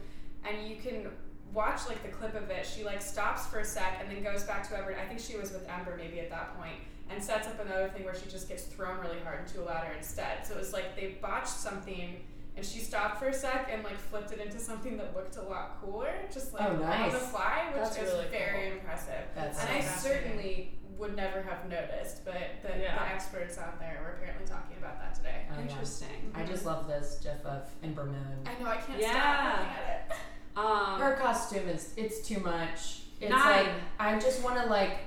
Speaker 2: and you can watch like the clip of it. She like stops for a sec and then goes back to Ember. I think she was with Ember maybe at that point, and sets up another thing where she just gets thrown really hard into a ladder instead. So it was like they botched something, and she stopped for a sec and like flipped it into something that looked a lot cooler, just like
Speaker 1: Oh, nice.
Speaker 2: on the fly, which
Speaker 3: That's
Speaker 2: is
Speaker 3: really
Speaker 2: very impressive.
Speaker 1: That's
Speaker 2: and I
Speaker 3: fascinating.
Speaker 2: certainly would never have noticed, but the, the
Speaker 3: Yeah.
Speaker 2: experts out there were apparently talking about that today.
Speaker 1: Oh, yeah.
Speaker 3: Interesting.
Speaker 1: I just love this GIF of Ember Moon.
Speaker 2: I know I can't
Speaker 3: Yeah.
Speaker 2: stop looking at it.
Speaker 3: Um,
Speaker 1: Her costume is it's too much. It's
Speaker 3: Nine.
Speaker 1: like I just want to like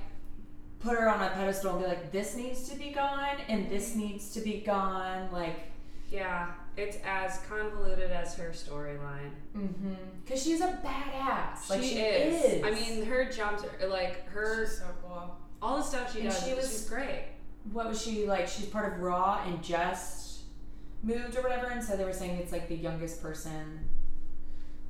Speaker 1: put her on a pedestal and be like, this needs to be gone and this needs to be gone. Like,
Speaker 3: yeah, it's as convoluted as her storyline.
Speaker 1: mm-hmm. cause she's a badass. Like she,
Speaker 3: is. I mean, her jumps are like her
Speaker 2: She's so cool.
Speaker 3: all the stuff she
Speaker 1: And
Speaker 3: does.
Speaker 1: she was-
Speaker 3: she's great.
Speaker 1: what was she like? She's part of Raw and just moved or whatever, and so they were saying it's like the youngest person,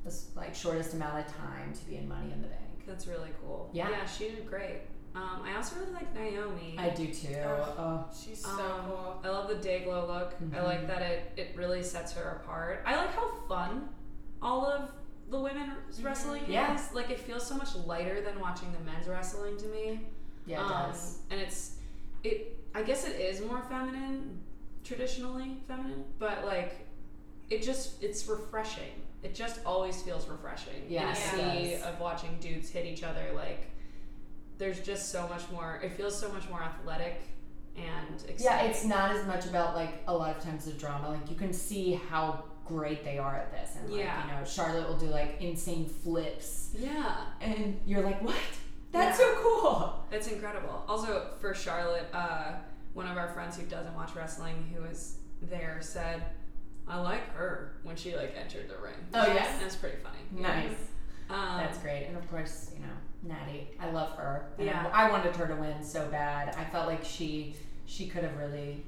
Speaker 1: this like shortest amount of time to be in Money in the Bank.
Speaker 3: That's really cool.
Speaker 1: Yeah.
Speaker 3: she did great. Um, I also really like Naomi.
Speaker 1: I do too. Oh,
Speaker 2: She's so
Speaker 3: Um,
Speaker 2: cool.
Speaker 3: I love the day glow look. I like
Speaker 1: Mhm.
Speaker 3: that it it really sets her apart. I like how fun all of the women's
Speaker 2: Mhm.
Speaker 3: wrestling
Speaker 1: Mm-hmm. Yeah.
Speaker 3: is. Like it feels so much lighter than watching the men's wrestling to me.
Speaker 1: yeah, it
Speaker 3: Um,
Speaker 1: does.
Speaker 3: And it's it. I guess it is more feminine, traditionally feminine, but like it just it's refreshing. It just always feels refreshing
Speaker 1: Yes,
Speaker 2: it
Speaker 3: in a sea
Speaker 1: does.
Speaker 3: of watching dudes hit each other. Like there's just so much more. It feels so much more athletic and exciting.
Speaker 1: Yeah, it's not as much about like a lot of times the drama. Like you can see how great they are at this, and like
Speaker 3: Yeah.
Speaker 1: you know, Charlotte will do like insane flips,
Speaker 3: yeah.
Speaker 1: and you're like, what? That's
Speaker 3: Yeah.
Speaker 1: so cool.
Speaker 3: That's incredible. Also, for Charlotte, uh, one of our friends who doesn't watch wrestling, who was there, said, "I like her" when she like entered the ring.
Speaker 1: Oh, yeah?
Speaker 3: that's pretty funny.
Speaker 1: Nice.
Speaker 3: Um,
Speaker 1: That's great. And of course, you know, Natty. I love her. And
Speaker 3: Yeah.
Speaker 1: I, I wanted her to win so bad. I felt like she she could have really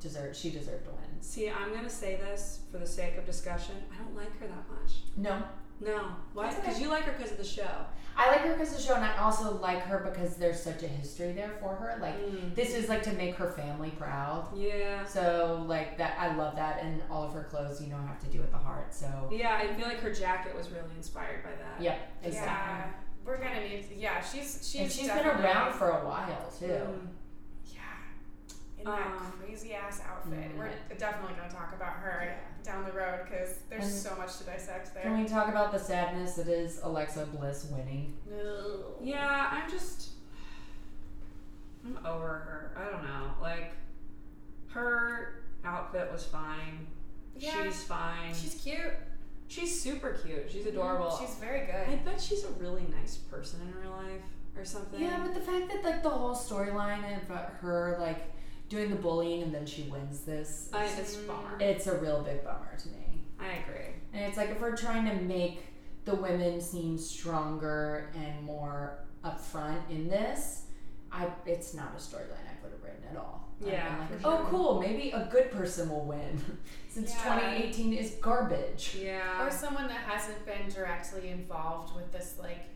Speaker 1: deserved she deserved to win.
Speaker 3: See, I'm gonna say this for the sake of discussion. I don't like her that much.
Speaker 1: No.
Speaker 3: No, why?
Speaker 1: That's okay.
Speaker 3: Because you like her because of the show.
Speaker 1: I like her because of the show and I also like her because there's such a history there for her. Like this is like to make her family proud.
Speaker 3: Mm. Yeah.
Speaker 1: So like that I love that and all of her clothes, you know, have to do with the heart. So
Speaker 3: Yeah, I feel like her jacket was really inspired by that.
Speaker 1: yeah,
Speaker 2: Yeah,
Speaker 1: exactly.
Speaker 2: we're gonna need. yeah, she's she's
Speaker 1: And she's been
Speaker 2: definitely,
Speaker 1: around for a while too.
Speaker 3: Mm.
Speaker 2: Yeah, in that
Speaker 3: Um,
Speaker 2: crazy ass outfit.
Speaker 1: Mhm.
Speaker 2: We're definitely gonna talk about her down the road because there's
Speaker 1: And-
Speaker 2: so much to dissect there.
Speaker 1: Can we talk about the sadness that is Alexa Bliss winning?
Speaker 3: Yeah, I'm just. I'm over her. I don't know. Like, her outfit was fine.
Speaker 2: Yeah.
Speaker 3: She's fine. She's,
Speaker 2: she's cute.
Speaker 3: super cute. She's adorable.
Speaker 2: She's very
Speaker 3: I
Speaker 2: good.
Speaker 3: bet she's a really nice person in real life or something.
Speaker 1: Yeah, but the fact that like the whole storyline about her like doing the bullying and then she wins this,
Speaker 3: I, it's a bummer.
Speaker 1: it's a real big bummer to me.
Speaker 3: I agree.
Speaker 1: And it's like if we're trying to make the women seem stronger and more upfront in this, I it's not a storyline I would have written at all. I'd been
Speaker 5: Yeah,
Speaker 1: like,
Speaker 5: for
Speaker 1: oh
Speaker 5: sure.
Speaker 1: cool, maybe a good person will win since
Speaker 2: Yeah.
Speaker 1: 2018 is garbage.
Speaker 5: Yeah.
Speaker 2: or someone that hasn't been directly involved with this like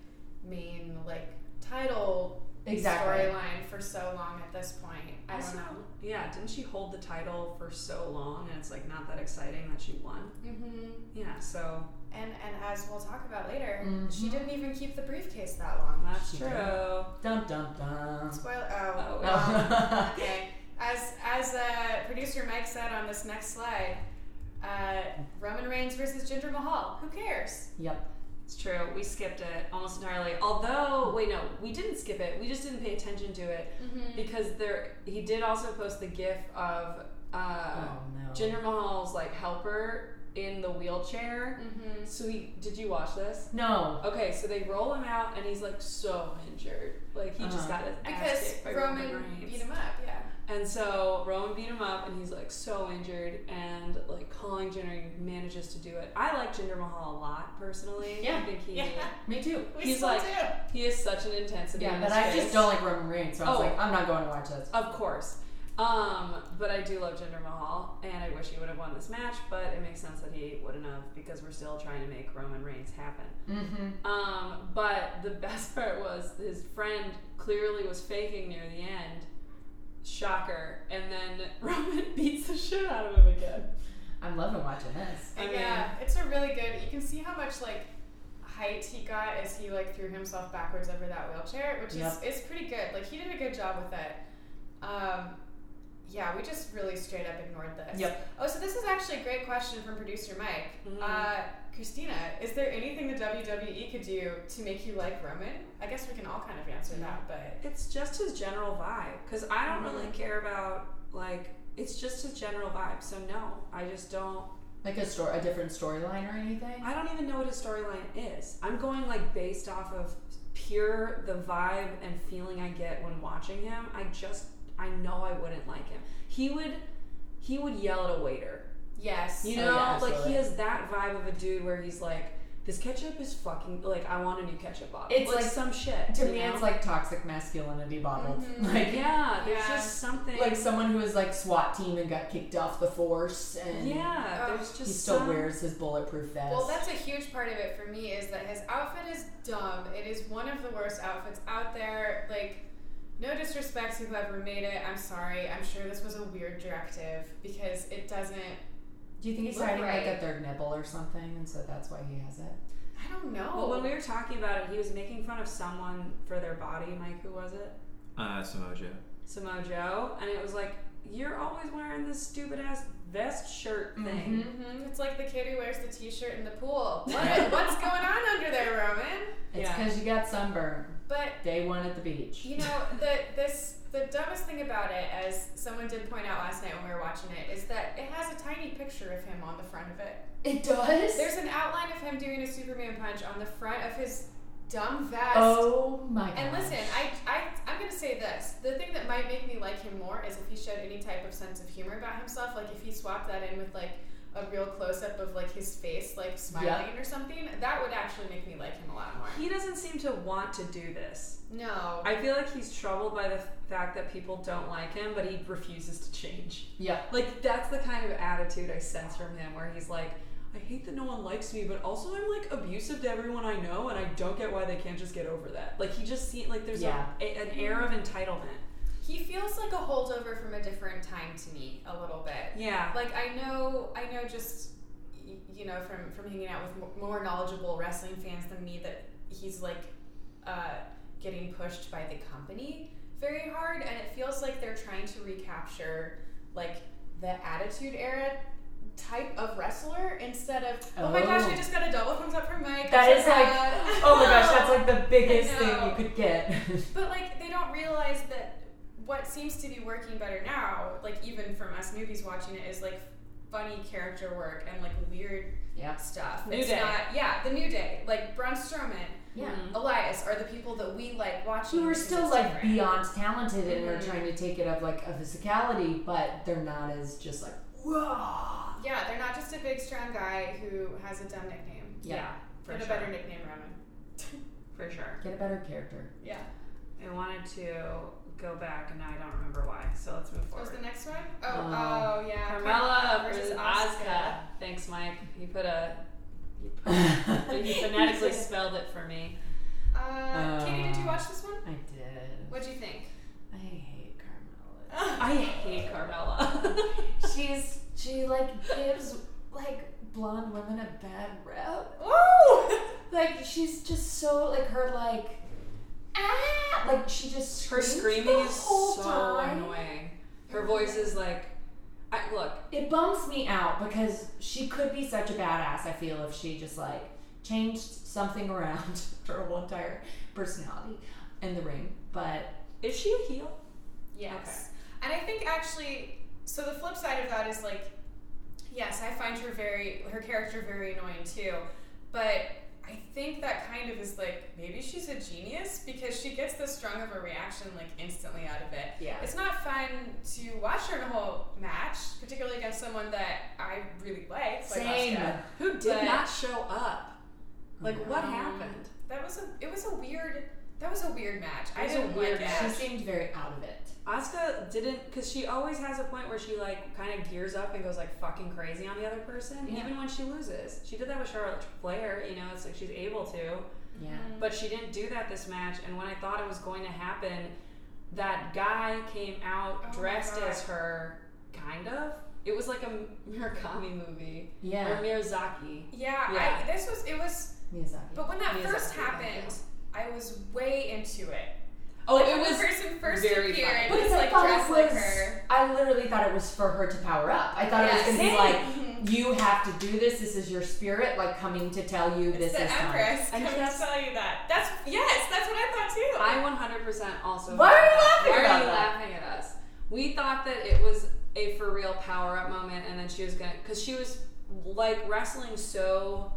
Speaker 2: main like title
Speaker 1: Exactly.
Speaker 2: storyline for so long at this point. I don't
Speaker 5: Also,
Speaker 2: know.
Speaker 5: yeah, didn't she hold the title for so long and it's like not that exciting that she won?
Speaker 2: Mm-hmm.
Speaker 5: Yeah, so
Speaker 2: And and as we'll talk about later, she
Speaker 1: Mhm.
Speaker 2: didn't even keep the briefcase that long.
Speaker 5: that's
Speaker 1: She
Speaker 5: true.
Speaker 1: did. Dum dum dum.
Speaker 2: Spoiler. Oh.
Speaker 5: Oh,
Speaker 2: well,
Speaker 1: Oh.
Speaker 2: okay. As as uh, producer Mike said on this next slide, uh, Roman Reigns versus Jinder Mahal. Who cares?
Speaker 1: yep.
Speaker 5: It's true. We skipped it almost entirely.
Speaker 3: Although, wait, no, we didn't skip it. We just didn't pay attention to it
Speaker 2: Mm-hmm.
Speaker 3: because there he did also post the GIF of uh,
Speaker 1: oh no.
Speaker 3: Jinder Mahal's like helper in the wheelchair.
Speaker 2: Mm-hmm.
Speaker 3: So he, did you watch this?
Speaker 1: no.
Speaker 3: Okay, so they roll him out and he's like so injured, like he just
Speaker 1: Uh-huh.
Speaker 3: got his ass
Speaker 2: Because
Speaker 3: kicked by
Speaker 2: Roman
Speaker 3: Reigns.
Speaker 2: beat him up. Yeah.
Speaker 3: And so Roman beat him up, and he's like so injured, and like calling Jinder manages to do it. I like Jinder Mahal a lot personally. I
Speaker 1: Yeah.
Speaker 3: think he
Speaker 2: Yeah.
Speaker 1: Me too.
Speaker 2: We
Speaker 3: He's
Speaker 2: still
Speaker 3: like-
Speaker 2: do.
Speaker 3: he is such an intensity.
Speaker 1: Yeah,
Speaker 3: in
Speaker 1: but
Speaker 3: his
Speaker 1: I
Speaker 3: face.
Speaker 1: just don't like Roman Reigns, so I was
Speaker 3: Oh.
Speaker 1: like, I'm not going to watch this.
Speaker 3: Of course. Um, but I do love Jinder Mahal, and I wish he would have won this match, but it makes sense that he wouldn't have because we're still trying to make Roman Reigns happen.
Speaker 1: Mm-hmm.
Speaker 3: Um, but the best part was his friend clearly was faking near the end. Shocker. And then Roman beats the shit out of him again.
Speaker 1: I'm loving watching this.
Speaker 3: I
Speaker 2: yeah, it's a really good. You can see how much like height he got as he like threw himself backwards over that wheelchair, which
Speaker 1: Yep.
Speaker 2: is is pretty good. Like he did a good job with it. Um, yeah, we just really straight up ignored this.
Speaker 1: Yep.
Speaker 2: Oh, so this is actually a great question from producer Mike.
Speaker 1: Mm-hmm.
Speaker 3: Mhm.
Speaker 2: Uh, Christina, is there anything the WWE could do to make you like Roman? I guess we can all kind of answer that, but
Speaker 5: It's just his general vibe because I don't really
Speaker 1: Mm-hmm.
Speaker 5: care about like it's just his general vibe. So no, I just don't.
Speaker 1: Like a story, a different storyline or anything.
Speaker 5: I don't even know what his storyline is. I'm going like based off of pure the vibe and feeling I get when watching him. I just I know I wouldn't like him. He would he would yell at a waiter.
Speaker 2: yes.
Speaker 5: You
Speaker 1: Oh,
Speaker 5: know,
Speaker 1: yeah,
Speaker 5: like
Speaker 1: absolutely.
Speaker 5: he has that vibe of a dude where he's like, this ketchup is fucking like I want a new ketchup bottle.
Speaker 1: It's
Speaker 5: like,
Speaker 1: like-
Speaker 5: some shit.
Speaker 1: to
Speaker 5: you
Speaker 1: me,
Speaker 5: know?
Speaker 1: it's like toxic masculinity bottled.
Speaker 2: Mhm.
Speaker 1: Like,
Speaker 5: yeah, there's
Speaker 2: Yeah.
Speaker 5: just something
Speaker 1: like someone who was like SWAT team and got kicked off the force, and
Speaker 5: yeah,
Speaker 2: Ugh.
Speaker 5: there's just
Speaker 1: he still
Speaker 5: some,
Speaker 1: wears his bulletproof vest.
Speaker 2: Well, that's a huge part of it for me is that his outfit is dumb. It is one of the worst outfits out there. Like, no disrespect to whoever made it. I'm sorry. I'm sure this was a weird directive because it doesn't.
Speaker 1: Do you think he's
Speaker 2: Look
Speaker 1: hiding
Speaker 2: right.
Speaker 1: like a third nipple or something, and so that's why he has it?
Speaker 2: I don't know.
Speaker 5: Well, when we were talking about it, he was making fun of someone for their body. Mike, who was it?
Speaker 4: Uh, Samoa Joe.
Speaker 5: Samoa Joe, and it was like, you're always wearing this stupid ass vest shirt thing.
Speaker 2: Mhm. It's like the kid who wears the T-shirt in the pool. What? What's going on under there, Roman?
Speaker 1: It's
Speaker 5: Yeah.
Speaker 1: because you got sunburn
Speaker 2: But
Speaker 1: day one at the beach.
Speaker 2: You know, the this the dumbest thing about it, as someone did point out last night when we were watching it, is that it has a tiny picture of him on the front of it.
Speaker 1: it does.
Speaker 2: There's an outline of him doing a Superman punch on the front of his dumb vest.
Speaker 1: oh my god.
Speaker 2: And listen, I, I, I'm going to say this. The thing that might make me like him more is if he showed any type of sense of humor about himself. Like if he swapped that in with like a real close up of like his face, like smiling or something, that would actually make me like him a lot more.
Speaker 5: He doesn't seem to want to do this.
Speaker 2: No.
Speaker 5: I feel like he's troubled by the fact that people don't like him, but he refuses to change.
Speaker 1: yeah,
Speaker 5: Like that's the kind of attitude I sense from him, where he's like, "I hate that no one likes me, but also I'm like abusive to everyone I know, and I don't get why they can't just get over that." Like he just seems like there's a-
Speaker 1: Yeah.
Speaker 5: a, an air of entitlement.
Speaker 2: He feels like a holdover from a different time to me a little bit.
Speaker 5: Yeah,
Speaker 2: Like I know, I know just y- you know from from hanging out with mo- more knowledgeable wrestling fans than me that he's like uh, getting pushed by the company very hard, and it feels like they're trying to recapture like the Attitude Era type of wrestler instead of oh, my gosh,
Speaker 1: Oh.
Speaker 2: I just got a double thumbs up from Mike.
Speaker 1: That
Speaker 2: I'm
Speaker 1: is
Speaker 2: so
Speaker 1: like-
Speaker 2: proud."
Speaker 1: Oh my gosh, that's like the biggest
Speaker 2: I
Speaker 1: thing
Speaker 2: know.
Speaker 1: you could get.
Speaker 2: But like they don't realize that what seems to be working better now, like even from us newbies watching it, is like funny character work and like weird
Speaker 1: yeah.
Speaker 2: stuff.
Speaker 3: New
Speaker 2: it's
Speaker 3: Day.
Speaker 2: not yeah, the new day. Like Braun Strowman,
Speaker 1: Yeah.
Speaker 2: Elias are the people that we like watching.
Speaker 1: Who are
Speaker 2: because
Speaker 1: still
Speaker 2: it's
Speaker 1: like
Speaker 2: different.
Speaker 1: beyond talented and are
Speaker 2: Mhm.
Speaker 1: trying to take it of like a physicality, but they're not as just like whoa.
Speaker 2: Yeah, they're not just a big strong guy who has a dumb nickname.
Speaker 1: Yeah.
Speaker 2: Get a better nickname, Roman.
Speaker 5: for sure.
Speaker 1: Get a better character.
Speaker 2: Yeah.
Speaker 5: Yeah. I wanted to go back, and now I don't remember why. So let's move
Speaker 2: What was
Speaker 5: forward.
Speaker 2: the next one? Oh,
Speaker 1: Um,
Speaker 3: Oh.
Speaker 2: oh yeah.
Speaker 3: Carmella
Speaker 2: versus
Speaker 3: versus
Speaker 2: Asuka.
Speaker 3: Asuka. Thanks, Mike. You put a. You put, you phonetically spelled it for me.
Speaker 2: Uh, Katie, did you
Speaker 1: Uh,
Speaker 2: watch this one?
Speaker 1: I did.
Speaker 2: What'd you think?
Speaker 1: I hate Carmella.
Speaker 3: I hate Carmella.
Speaker 1: She's she like gives like blonde women a bad rep.
Speaker 2: Woo!
Speaker 1: Like she's just so like her like ah like she just
Speaker 3: Her
Speaker 1: screams
Speaker 3: screaming
Speaker 1: the
Speaker 3: is
Speaker 1: whole
Speaker 3: so
Speaker 1: time.
Speaker 3: annoying. Her voice is like, I, look,
Speaker 1: It bums me out because she could be such a badass. I feel if she just like changed something around her whole entire personality in the ring, but
Speaker 3: is she a heel?
Speaker 2: Yes. And I think actually, so the flip side of that is like, yes, I find her very, her character very annoying too. But I think that kind of is like, maybe she's a genius because she gets this strong of a reaction like instantly out of it.
Speaker 1: yeah,
Speaker 2: It's not fun to watch her in a whole match, particularly against someone that I really like. like
Speaker 1: same.
Speaker 2: Asuka.
Speaker 3: Who did
Speaker 2: But-
Speaker 3: not show up? Like, what
Speaker 2: Um,
Speaker 3: happened?
Speaker 2: That was a, it was a weird, that was a weird match.
Speaker 3: It
Speaker 2: I
Speaker 3: was a
Speaker 1: Oh
Speaker 2: didn't
Speaker 3: weird
Speaker 2: like
Speaker 1: She
Speaker 2: it.
Speaker 3: match.
Speaker 1: seemed very out of it.
Speaker 3: Asuka didn't, because she always has a point where she like kind of gears up and goes like fucking crazy on the other person,
Speaker 1: Yeah.
Speaker 3: even when she loses. She did that with Charlotte Flair, you know. It's like she's able to,
Speaker 1: Yeah,
Speaker 3: but she didn't do that this match. And when I thought it was going to happen, that guy came out
Speaker 2: Oh my
Speaker 3: dressed
Speaker 2: God.
Speaker 3: as her, kind of. It was like a Murakami movie or
Speaker 1: yeah,
Speaker 3: Miyazaki.
Speaker 2: Yeah,
Speaker 3: Yeah.
Speaker 2: I, this was, it was,
Speaker 1: Miyazaki.
Speaker 2: but when that
Speaker 3: Miyazaki,
Speaker 2: first
Speaker 3: yeah.
Speaker 2: happened, I was way into it.
Speaker 3: Oh,
Speaker 2: Like,
Speaker 3: it
Speaker 2: when
Speaker 3: was
Speaker 2: the person first
Speaker 3: very
Speaker 2: appeared.
Speaker 1: Because
Speaker 2: It's
Speaker 1: I
Speaker 2: like
Speaker 1: thought
Speaker 2: dressed
Speaker 1: it
Speaker 2: like
Speaker 1: was.
Speaker 2: her.
Speaker 1: I literally thought it was for her to power up. I thought it was going to be
Speaker 2: Yes.
Speaker 1: like,
Speaker 2: Mhm.
Speaker 1: you have to do this. This is your spirit, like coming to tell you
Speaker 2: it's
Speaker 1: this
Speaker 2: the
Speaker 1: is time.
Speaker 2: Empress.
Speaker 3: And
Speaker 2: Come to
Speaker 3: that's-
Speaker 2: tell you that. That's yes. That's what I thought too.
Speaker 3: I 100% also.
Speaker 1: Why are you laughing
Speaker 3: Why are
Speaker 1: about
Speaker 3: you
Speaker 1: that?
Speaker 3: laughing at us? We thought that it was a for real power up moment, and then she was gonna, because she was like wrestling so,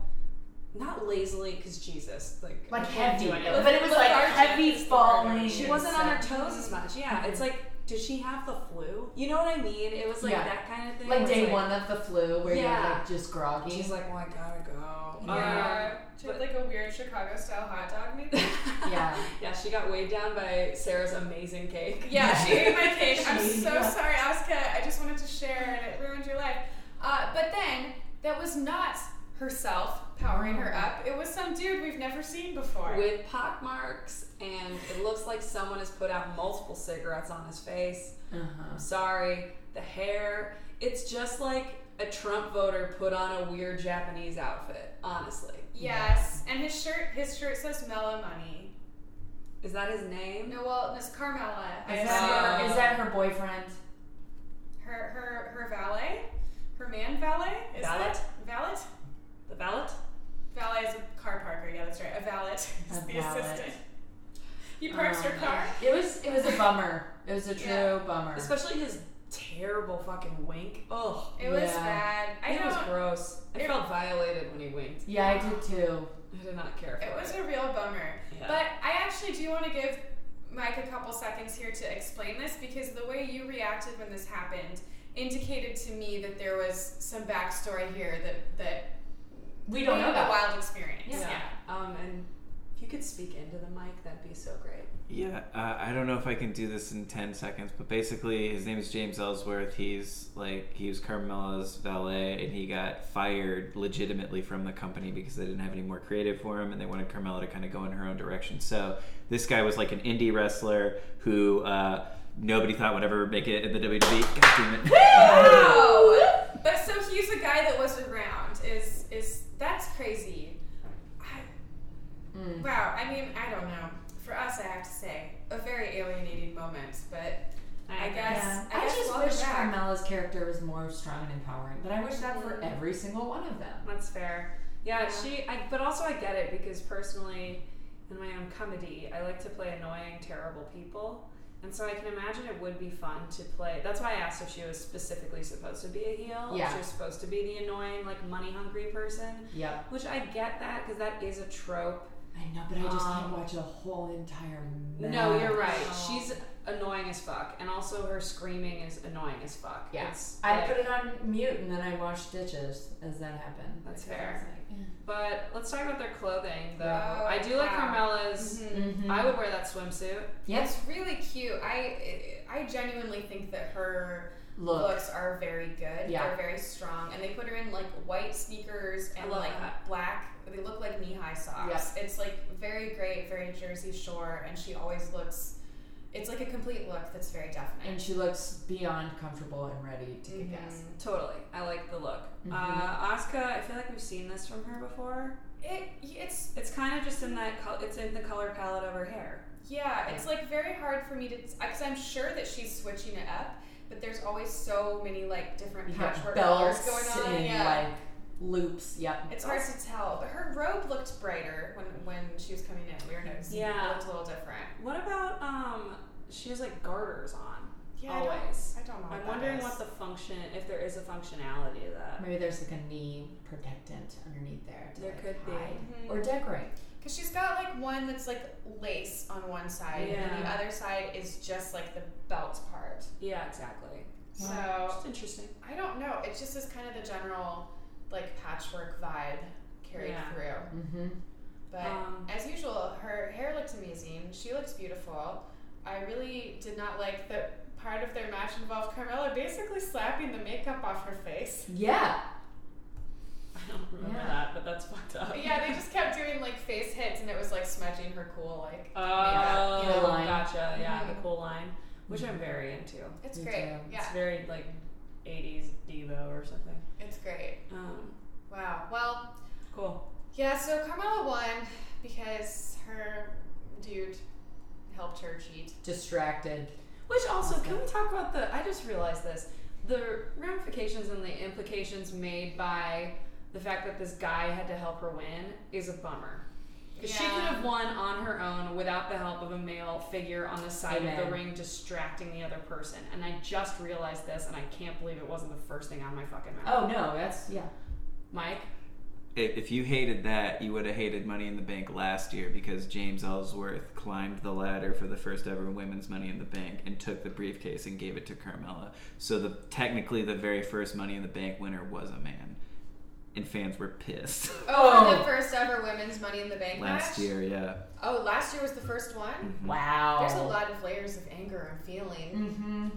Speaker 3: not lazily, because Jesus, like
Speaker 1: Like
Speaker 3: I can't
Speaker 1: heavy,
Speaker 3: do anything.
Speaker 1: but it was like
Speaker 2: Lethargic
Speaker 1: heavy
Speaker 2: is the word.
Speaker 1: falling.
Speaker 3: She
Speaker 1: and
Speaker 3: wasn't on her
Speaker 1: stuff.
Speaker 3: toes as much. Yeah, it's like, did she have the flu? You know what I mean? It was like
Speaker 1: Yeah.
Speaker 3: that kind of thing. It
Speaker 1: Like
Speaker 3: was
Speaker 1: day one of the flu, where you're
Speaker 3: Yeah.
Speaker 1: like just groggy.
Speaker 3: She's like, well, I gotta go.
Speaker 1: uh,
Speaker 2: yeah. She had
Speaker 3: but-
Speaker 2: like a weird Chicago style hot dog maybe.
Speaker 3: Um,
Speaker 1: yeah,
Speaker 3: yeah, she got weighed down by Sarah's amazing cake.
Speaker 2: yeah, she ate my cake. I'm
Speaker 1: She-
Speaker 2: so
Speaker 1: yeah.
Speaker 2: sorry, Asuka. I just wanted to share and it ruined your life. Uh, but then that was not herself powering her up. It was some dude we've never seen before.
Speaker 3: with pock marks and it looks like someone has put out multiple cigarettes on his face
Speaker 1: uh-huh.
Speaker 3: i'm sorry the hair it's just like a trump voter put on a weird japanese outfit honestly
Speaker 2: yes, and his shirt. His shirt says Mellow Money.
Speaker 3: is that his name
Speaker 2: No, well, Miss Carmella. I
Speaker 1: Is
Speaker 2: assume.
Speaker 1: that uh, her? Is that her boyfriend?
Speaker 2: her her her valet, her man valet is
Speaker 3: Valet?
Speaker 2: that valet?
Speaker 3: the valet
Speaker 2: Valet is a car parker. Yeah, that's right. A valet is
Speaker 1: A
Speaker 2: the
Speaker 1: valet.
Speaker 2: assistant. He parks her
Speaker 1: Um,
Speaker 2: car.
Speaker 1: It was. It was a bummer. It was a true
Speaker 2: Yeah.
Speaker 1: bummer.
Speaker 3: especially his terrible fucking wink oh
Speaker 2: It was
Speaker 1: yeah.
Speaker 2: bad. I
Speaker 3: it was
Speaker 2: don't.
Speaker 3: gross i
Speaker 2: it-
Speaker 3: felt violated when he winked
Speaker 1: yeah, I did too.
Speaker 3: i did not care for
Speaker 2: It was a real bummer.
Speaker 3: Yeah.
Speaker 2: But I actually do want to give Mike a couple seconds here to explain this because the way you reacted when this happened indicated to me that there was some backstory here that that
Speaker 1: We don't know
Speaker 2: made it a
Speaker 1: about.
Speaker 2: wild experience.
Speaker 3: yeah.
Speaker 2: yeah.
Speaker 3: um and if you could speak into the mic that'd be so great
Speaker 4: Yeah, uh, I don't know if I can do this in 10 seconds, but basically, his name is James Ellsworth. He's like, he was Carmella's valet, and he got fired legitimately from the company because they didn't have any more creative for him, and they wanted Carmella to kind of go in her own direction. So, this guy was like an indie wrestler who uh, nobody thought would ever make it in the WWE. God damn it.
Speaker 2: Wow. But so he's a guy that was around. Is is that's crazy? I,
Speaker 1: Mm.
Speaker 2: wow. I mean, I don't know. For us, I have to say, a very alienating moment. But I guess
Speaker 1: Yeah.
Speaker 2: I,
Speaker 1: I,
Speaker 2: guess
Speaker 1: just
Speaker 2: welcome
Speaker 1: wish
Speaker 2: back.
Speaker 1: Carmella's character was more strong and empowering, but I wish that for every single one of them.
Speaker 3: That's fair. Yeah,
Speaker 2: Yeah.
Speaker 3: she. I, but also, I get it because personally, in my own comedy, I like to play annoying, terrible people, and so I can imagine it would be fun to play. That's why I asked if she was specifically supposed to be a heel. If
Speaker 1: Yeah.
Speaker 3: she was supposed to be the annoying, like money hungry person,
Speaker 1: Yep.
Speaker 3: which I get that because that is a trope.
Speaker 1: I know, but I just
Speaker 3: Um,
Speaker 1: can't watch a whole entire.
Speaker 3: No,
Speaker 1: match.
Speaker 3: you're right.
Speaker 2: No.
Speaker 3: She's annoying annoying as fuck, and also her screaming is annoying as fuck.
Speaker 1: Yeah.
Speaker 3: It's
Speaker 1: I
Speaker 3: like-
Speaker 1: put it on mute and then I washed dishes as that happened.
Speaker 3: That's
Speaker 1: Because
Speaker 3: fair.
Speaker 1: I was
Speaker 3: But let's talk about their clothing, though.
Speaker 2: Oh,
Speaker 3: I do like
Speaker 2: wow.
Speaker 3: Carmela's.
Speaker 1: like,
Speaker 2: Mhm.
Speaker 1: mhm.
Speaker 3: I would wear that swimsuit.
Speaker 1: Yep.
Speaker 2: It's really cute. I I genuinely think that her
Speaker 1: Look.
Speaker 2: looks are very good.
Speaker 1: Yeah.
Speaker 2: They're very strong, and they put her in like white sneakers
Speaker 3: I
Speaker 2: and
Speaker 3: love
Speaker 2: like
Speaker 3: that.
Speaker 2: black. They look like knee high socks. It's like very great, very Jersey Shore, and she always looks. It's like a complete look that's very definite.
Speaker 1: And she looks beyond comfortable and ready to kick ass.
Speaker 2: Mhm.
Speaker 3: Totally. I like the look.
Speaker 1: Mhm.
Speaker 3: Uh, Asuka, I feel like we've seen this from her before.
Speaker 2: It it's
Speaker 3: It's kind of just in that, col- it's in the color palette of her hair.
Speaker 2: Yeah, it's like very hard for me to because I'm sure that she's switching it up, but there's always so many like different
Speaker 1: You got
Speaker 2: patchwork colors
Speaker 1: belts
Speaker 2: going on.
Speaker 1: and
Speaker 2: yeah,
Speaker 1: like loops. Yep.
Speaker 2: it's hard to tell. But her robe looked brighter when when she was coming in. We were noticing
Speaker 3: Yeah.
Speaker 2: it looked a little different.
Speaker 3: What about, um, she has like garters on.
Speaker 2: Yeah,
Speaker 3: Always.
Speaker 2: I don't, I don't know.
Speaker 3: I'm
Speaker 2: that
Speaker 3: wondering
Speaker 2: is.
Speaker 3: what the function, if there is a functionality to that.
Speaker 1: Maybe there's like a knee protectant underneath there. To
Speaker 3: There
Speaker 1: like,
Speaker 3: could be.
Speaker 1: hide.
Speaker 2: Mhm.
Speaker 1: Or decorate.
Speaker 2: Because she's got like one that's like lace on one side, and the
Speaker 3: Yeah.
Speaker 2: other side is just like the belt part.
Speaker 3: Yeah, exactly.
Speaker 2: So
Speaker 3: Just interesting.
Speaker 2: I don't know. It just is kind of the general like patchwork vibe carried
Speaker 3: Yeah.
Speaker 2: through.
Speaker 1: Mm-hmm.
Speaker 2: But
Speaker 3: Um,
Speaker 2: as usual, her hair looks amazing. She looks beautiful. I really did not like that part of their match involved Carmela basically slapping the makeup off her face.
Speaker 1: Yeah.
Speaker 3: I don't remember
Speaker 1: Yeah.
Speaker 3: that, but that's fucked up.
Speaker 2: yeah, they just kept doing like face hits and it was like smudging her cool. Like,
Speaker 3: Oh,
Speaker 2: Yeah,
Speaker 1: yeah. Cool line.
Speaker 3: gotcha. Yeah,
Speaker 2: Mhm.
Speaker 3: the cool line, which I'm very into.
Speaker 2: it's
Speaker 1: Me
Speaker 2: great.
Speaker 1: too.
Speaker 2: Yeah,
Speaker 3: It's very like 80s Devo or something.
Speaker 2: it's great.
Speaker 3: Um,
Speaker 2: Wow. Well,
Speaker 3: cool.
Speaker 2: yeah, so Carmela won because her dude helped her cheat.
Speaker 1: Distracted.
Speaker 3: Which also,
Speaker 1: Awesome.
Speaker 3: can we talk about the? I just realized this. The ramifications and the implications made by the fact that this guy had to help her win is a bummer. Because she
Speaker 2: Yeah.
Speaker 3: could have won on her own without the help of a male figure on the side of
Speaker 1: Amen.
Speaker 3: the ring distracting the other person. And I just realized this, and I can't believe it wasn't the first thing on my fucking mouth.
Speaker 1: Oh no, that's yeah.
Speaker 3: Mike,
Speaker 4: If if you hated that, you would have hated Money in the Bank last year because James Ellsworth climbed the ladder for the first ever women's Money in the Bank and took the briefcase and gave it to Carmella. So the technically the very first Money in the Bank winner was a man, and fans were pissed
Speaker 2: Oh,
Speaker 1: Oh.
Speaker 2: the first ever women's Money in the Bank match?
Speaker 4: last year. Yeah.
Speaker 2: Oh, last year was the first one?
Speaker 4: Mhm.
Speaker 1: Wow.
Speaker 2: There's a lot of layers of anger and feeling.
Speaker 1: Mm-hmm.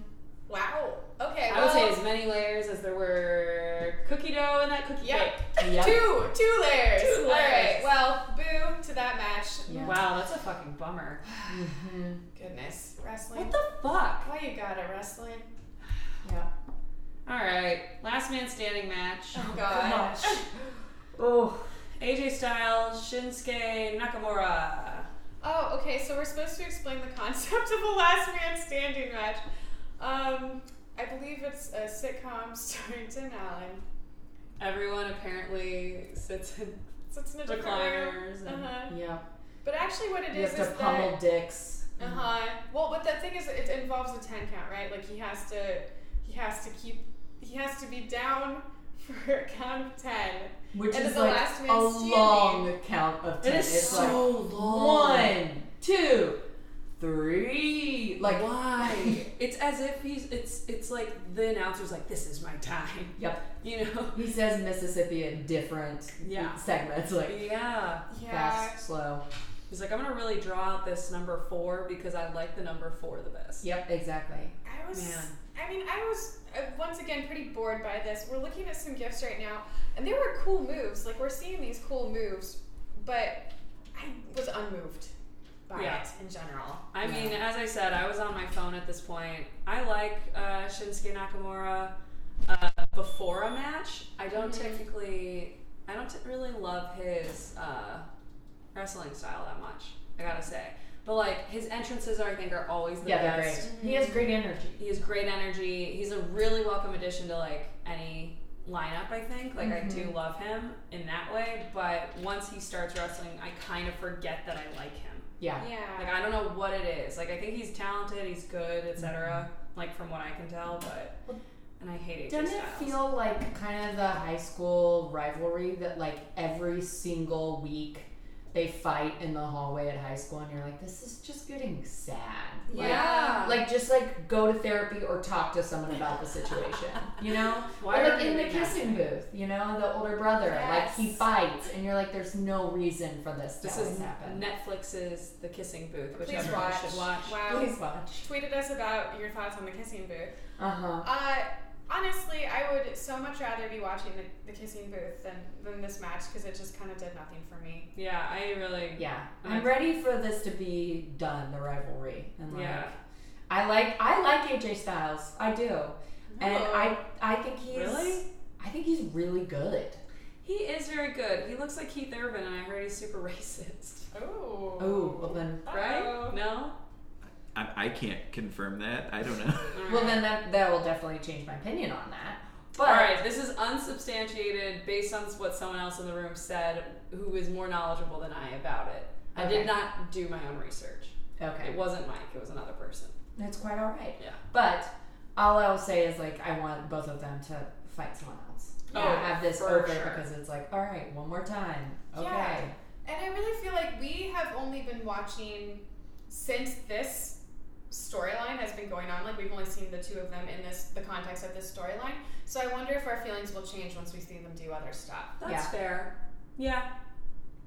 Speaker 2: Wow. Okay.
Speaker 3: Mm. I would say
Speaker 2: well,
Speaker 3: as many layers as there were cookie dough in that cookie
Speaker 2: Yep.
Speaker 3: cake.
Speaker 1: Yep.
Speaker 2: two two layers.
Speaker 3: Two
Speaker 2: All right.
Speaker 3: layers.
Speaker 2: Well, boo to that match.
Speaker 1: Yeah.
Speaker 3: Wow, that's a fucking bummer.
Speaker 1: Mm-hmm.
Speaker 2: Goodness, wrestling.
Speaker 3: What the fuck?
Speaker 2: Why you got it, wrestling?
Speaker 1: Yeah.
Speaker 3: All right, last man standing match.
Speaker 2: Oh God.
Speaker 1: Oh.
Speaker 3: AJ Styles, Shinsuke Nakamura.
Speaker 2: Oh, okay. So we're supposed to explain the concept of the last man standing match. Um, I believe it's a sitcom starring Tim Allen.
Speaker 3: Everyone apparently sits in
Speaker 2: So it's in a different room.
Speaker 3: recliners.
Speaker 2: Uh
Speaker 3: And
Speaker 2: huh.
Speaker 1: Yeah.
Speaker 2: But actually, what it
Speaker 1: You
Speaker 2: is
Speaker 1: have to
Speaker 2: is that.
Speaker 1: pummel dicks.
Speaker 2: Uh huh. Well, but the thing is, it involves a ten count, right? Like he has to, he has to keep, he has to be down for a count of ten.
Speaker 1: Which
Speaker 2: And
Speaker 1: is
Speaker 2: then the
Speaker 1: like
Speaker 2: last man
Speaker 1: a
Speaker 2: standing.
Speaker 1: long count of ten.
Speaker 3: It is
Speaker 1: it's
Speaker 3: so
Speaker 1: like
Speaker 3: long.
Speaker 1: One, two, three. Like
Speaker 3: why? it's as if he's. It's it's like the announcer's like, this is my time.
Speaker 1: Yep.
Speaker 3: You know.
Speaker 1: He says Mississippi in different
Speaker 3: Yeah.
Speaker 1: segments, like
Speaker 3: Yeah.
Speaker 2: Yeah.
Speaker 1: fast, slow.
Speaker 3: He's like, I'm gonna really draw out this number four because I like the number four the best.
Speaker 1: Yep, exactly.
Speaker 2: I was.
Speaker 3: Man.
Speaker 2: I mean, I was uh, once again pretty bored by this. We're looking at some gifts right now, and they were cool moves. Like we're seeing these cool moves, but I was unmoved by
Speaker 3: Yeah.
Speaker 2: it in general.
Speaker 3: I
Speaker 1: Yeah.
Speaker 3: mean, as I said, I was on my phone at this point. I like uh, Shinsuke Nakamura uh, before a match. I don't
Speaker 2: Mhm.
Speaker 1: Mm-hmm.
Speaker 3: technically, I don't t- really love his uh, wrestling style that much. I gotta say, but like his entrances, are, I think, are always the
Speaker 1: yeah, they're great.
Speaker 3: best.
Speaker 1: He has great energy.
Speaker 3: He has great energy. He's a really welcome addition to like any lineup. I think, like, I
Speaker 1: Mm-hmm.
Speaker 3: do love him in that way. But once he starts wrestling, I kind of forget that I like him.
Speaker 1: Yeah.
Speaker 2: Yeah.
Speaker 3: Like I don't know what it is. Like I think he's talented, he's good, etc. Like from what I can tell, but and I hate AJ
Speaker 1: Mm-hmm. Doesn't it
Speaker 3: Styles.
Speaker 1: feel like kind of the high school rivalry that like every single week they fight in the hallway at high school, and you're like, this is just getting sad. Like,
Speaker 5: Yeah.
Speaker 1: Like just like go to therapy or talk to someone about the situation, you know?
Speaker 5: Why
Speaker 1: or
Speaker 5: are
Speaker 1: like
Speaker 5: we
Speaker 1: in the
Speaker 5: doing that?
Speaker 1: kissing booth, you know, the older brother,
Speaker 2: Yes.
Speaker 1: like he bites, and you're like, there's no reason for this to
Speaker 3: This
Speaker 1: always
Speaker 3: is
Speaker 1: happen.
Speaker 3: Netflix's The Kissing Booth, which
Speaker 2: Please
Speaker 3: everyone
Speaker 2: watch.
Speaker 3: should watch.
Speaker 2: Wow.
Speaker 1: Please watch.
Speaker 2: Tweeted us about your thoughts on the kissing booth.
Speaker 1: Uh huh.
Speaker 2: Uh, honestly, I would so much rather be watching the, the kissing booth than, than this match because it just kind of did nothing for me.
Speaker 3: Yeah, I really.
Speaker 1: Yeah,
Speaker 3: And
Speaker 1: I'm
Speaker 3: I-
Speaker 1: ready for this to be done. The rivalry and like,
Speaker 3: Yeah.
Speaker 1: I like I like AJ Styles. I do, and
Speaker 2: No.
Speaker 1: I I think he's
Speaker 3: Really?
Speaker 1: I think he's really good.
Speaker 3: He is very good. He looks like Keith Urban, and I heard he's super racist.
Speaker 2: Oh.
Speaker 1: Oh well then
Speaker 3: Right?
Speaker 2: Uh-oh.
Speaker 3: No?
Speaker 4: I, I can't confirm that. I don't know.
Speaker 1: well then that that will definitely change my opinion on that. But
Speaker 3: All right, this is unsubstantiated based on what someone else in the room said who is more knowledgeable than I about it. I
Speaker 1: Okay.
Speaker 3: did not do my own research. It
Speaker 1: okay,
Speaker 3: wasn't Mike, it was another person.
Speaker 1: that's quite all right.
Speaker 3: Yeah.
Speaker 1: But all I'll say is like I want both of them to fight someone else.
Speaker 3: Oh,
Speaker 1: I have this
Speaker 3: for
Speaker 1: over
Speaker 3: sure.
Speaker 1: because it's like all right, one more time. Okay.
Speaker 2: Yeah. And I really feel like we have only been watching since this storyline has been going on. Like we've only seen the two of them in this the context of this storyline. So I wonder if our feelings will change once we see them do other stuff.
Speaker 3: That's
Speaker 1: Yeah.
Speaker 3: fair. Yeah.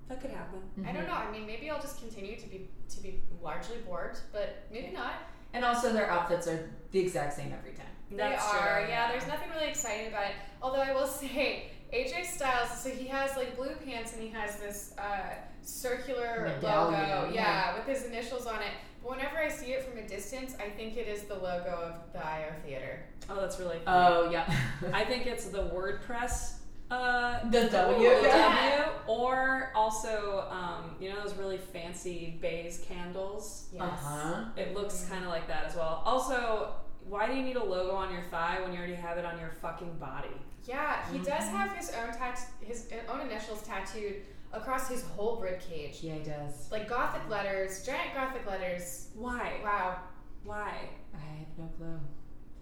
Speaker 3: That could happen.
Speaker 2: I
Speaker 1: Mhm.
Speaker 2: don't know. I mean, maybe I'll just continue to be to be largely bored, but maybe not.
Speaker 1: And also their outfits are the exact same every time.
Speaker 3: That's
Speaker 2: they are.
Speaker 3: true.
Speaker 2: Yeah, there's nothing really exciting about it. Although I will say, AJ Styles, so he has like blue pants and he has this uh, circular
Speaker 1: Medallion,
Speaker 2: logo, yeah,
Speaker 1: yeah.
Speaker 2: with his initials on it. But whenever I see it from a distance, I think it is the logo of the IO Theater.
Speaker 3: Oh, that's really funny.
Speaker 1: Oh yeah.
Speaker 3: I think it's the WordPress uh,
Speaker 1: the W.
Speaker 3: W,
Speaker 2: yeah.
Speaker 3: or also, um, you know, those really fancy baize candles.
Speaker 2: Yes.
Speaker 1: Uh huh.
Speaker 3: It
Speaker 2: Mm-hmm.
Speaker 3: looks kind of like that as well. Also, why do you need a logo on your thigh when you already have it on your fucking body?
Speaker 2: Yeah,
Speaker 3: Mm-hmm.
Speaker 2: he does have his own tat- his own initials tattooed across his whole rib cage,
Speaker 1: Yeah, he does.
Speaker 2: like gothic letters, giant gothic letters.
Speaker 3: Why?
Speaker 2: Wow,
Speaker 3: Why?
Speaker 1: I have no clue.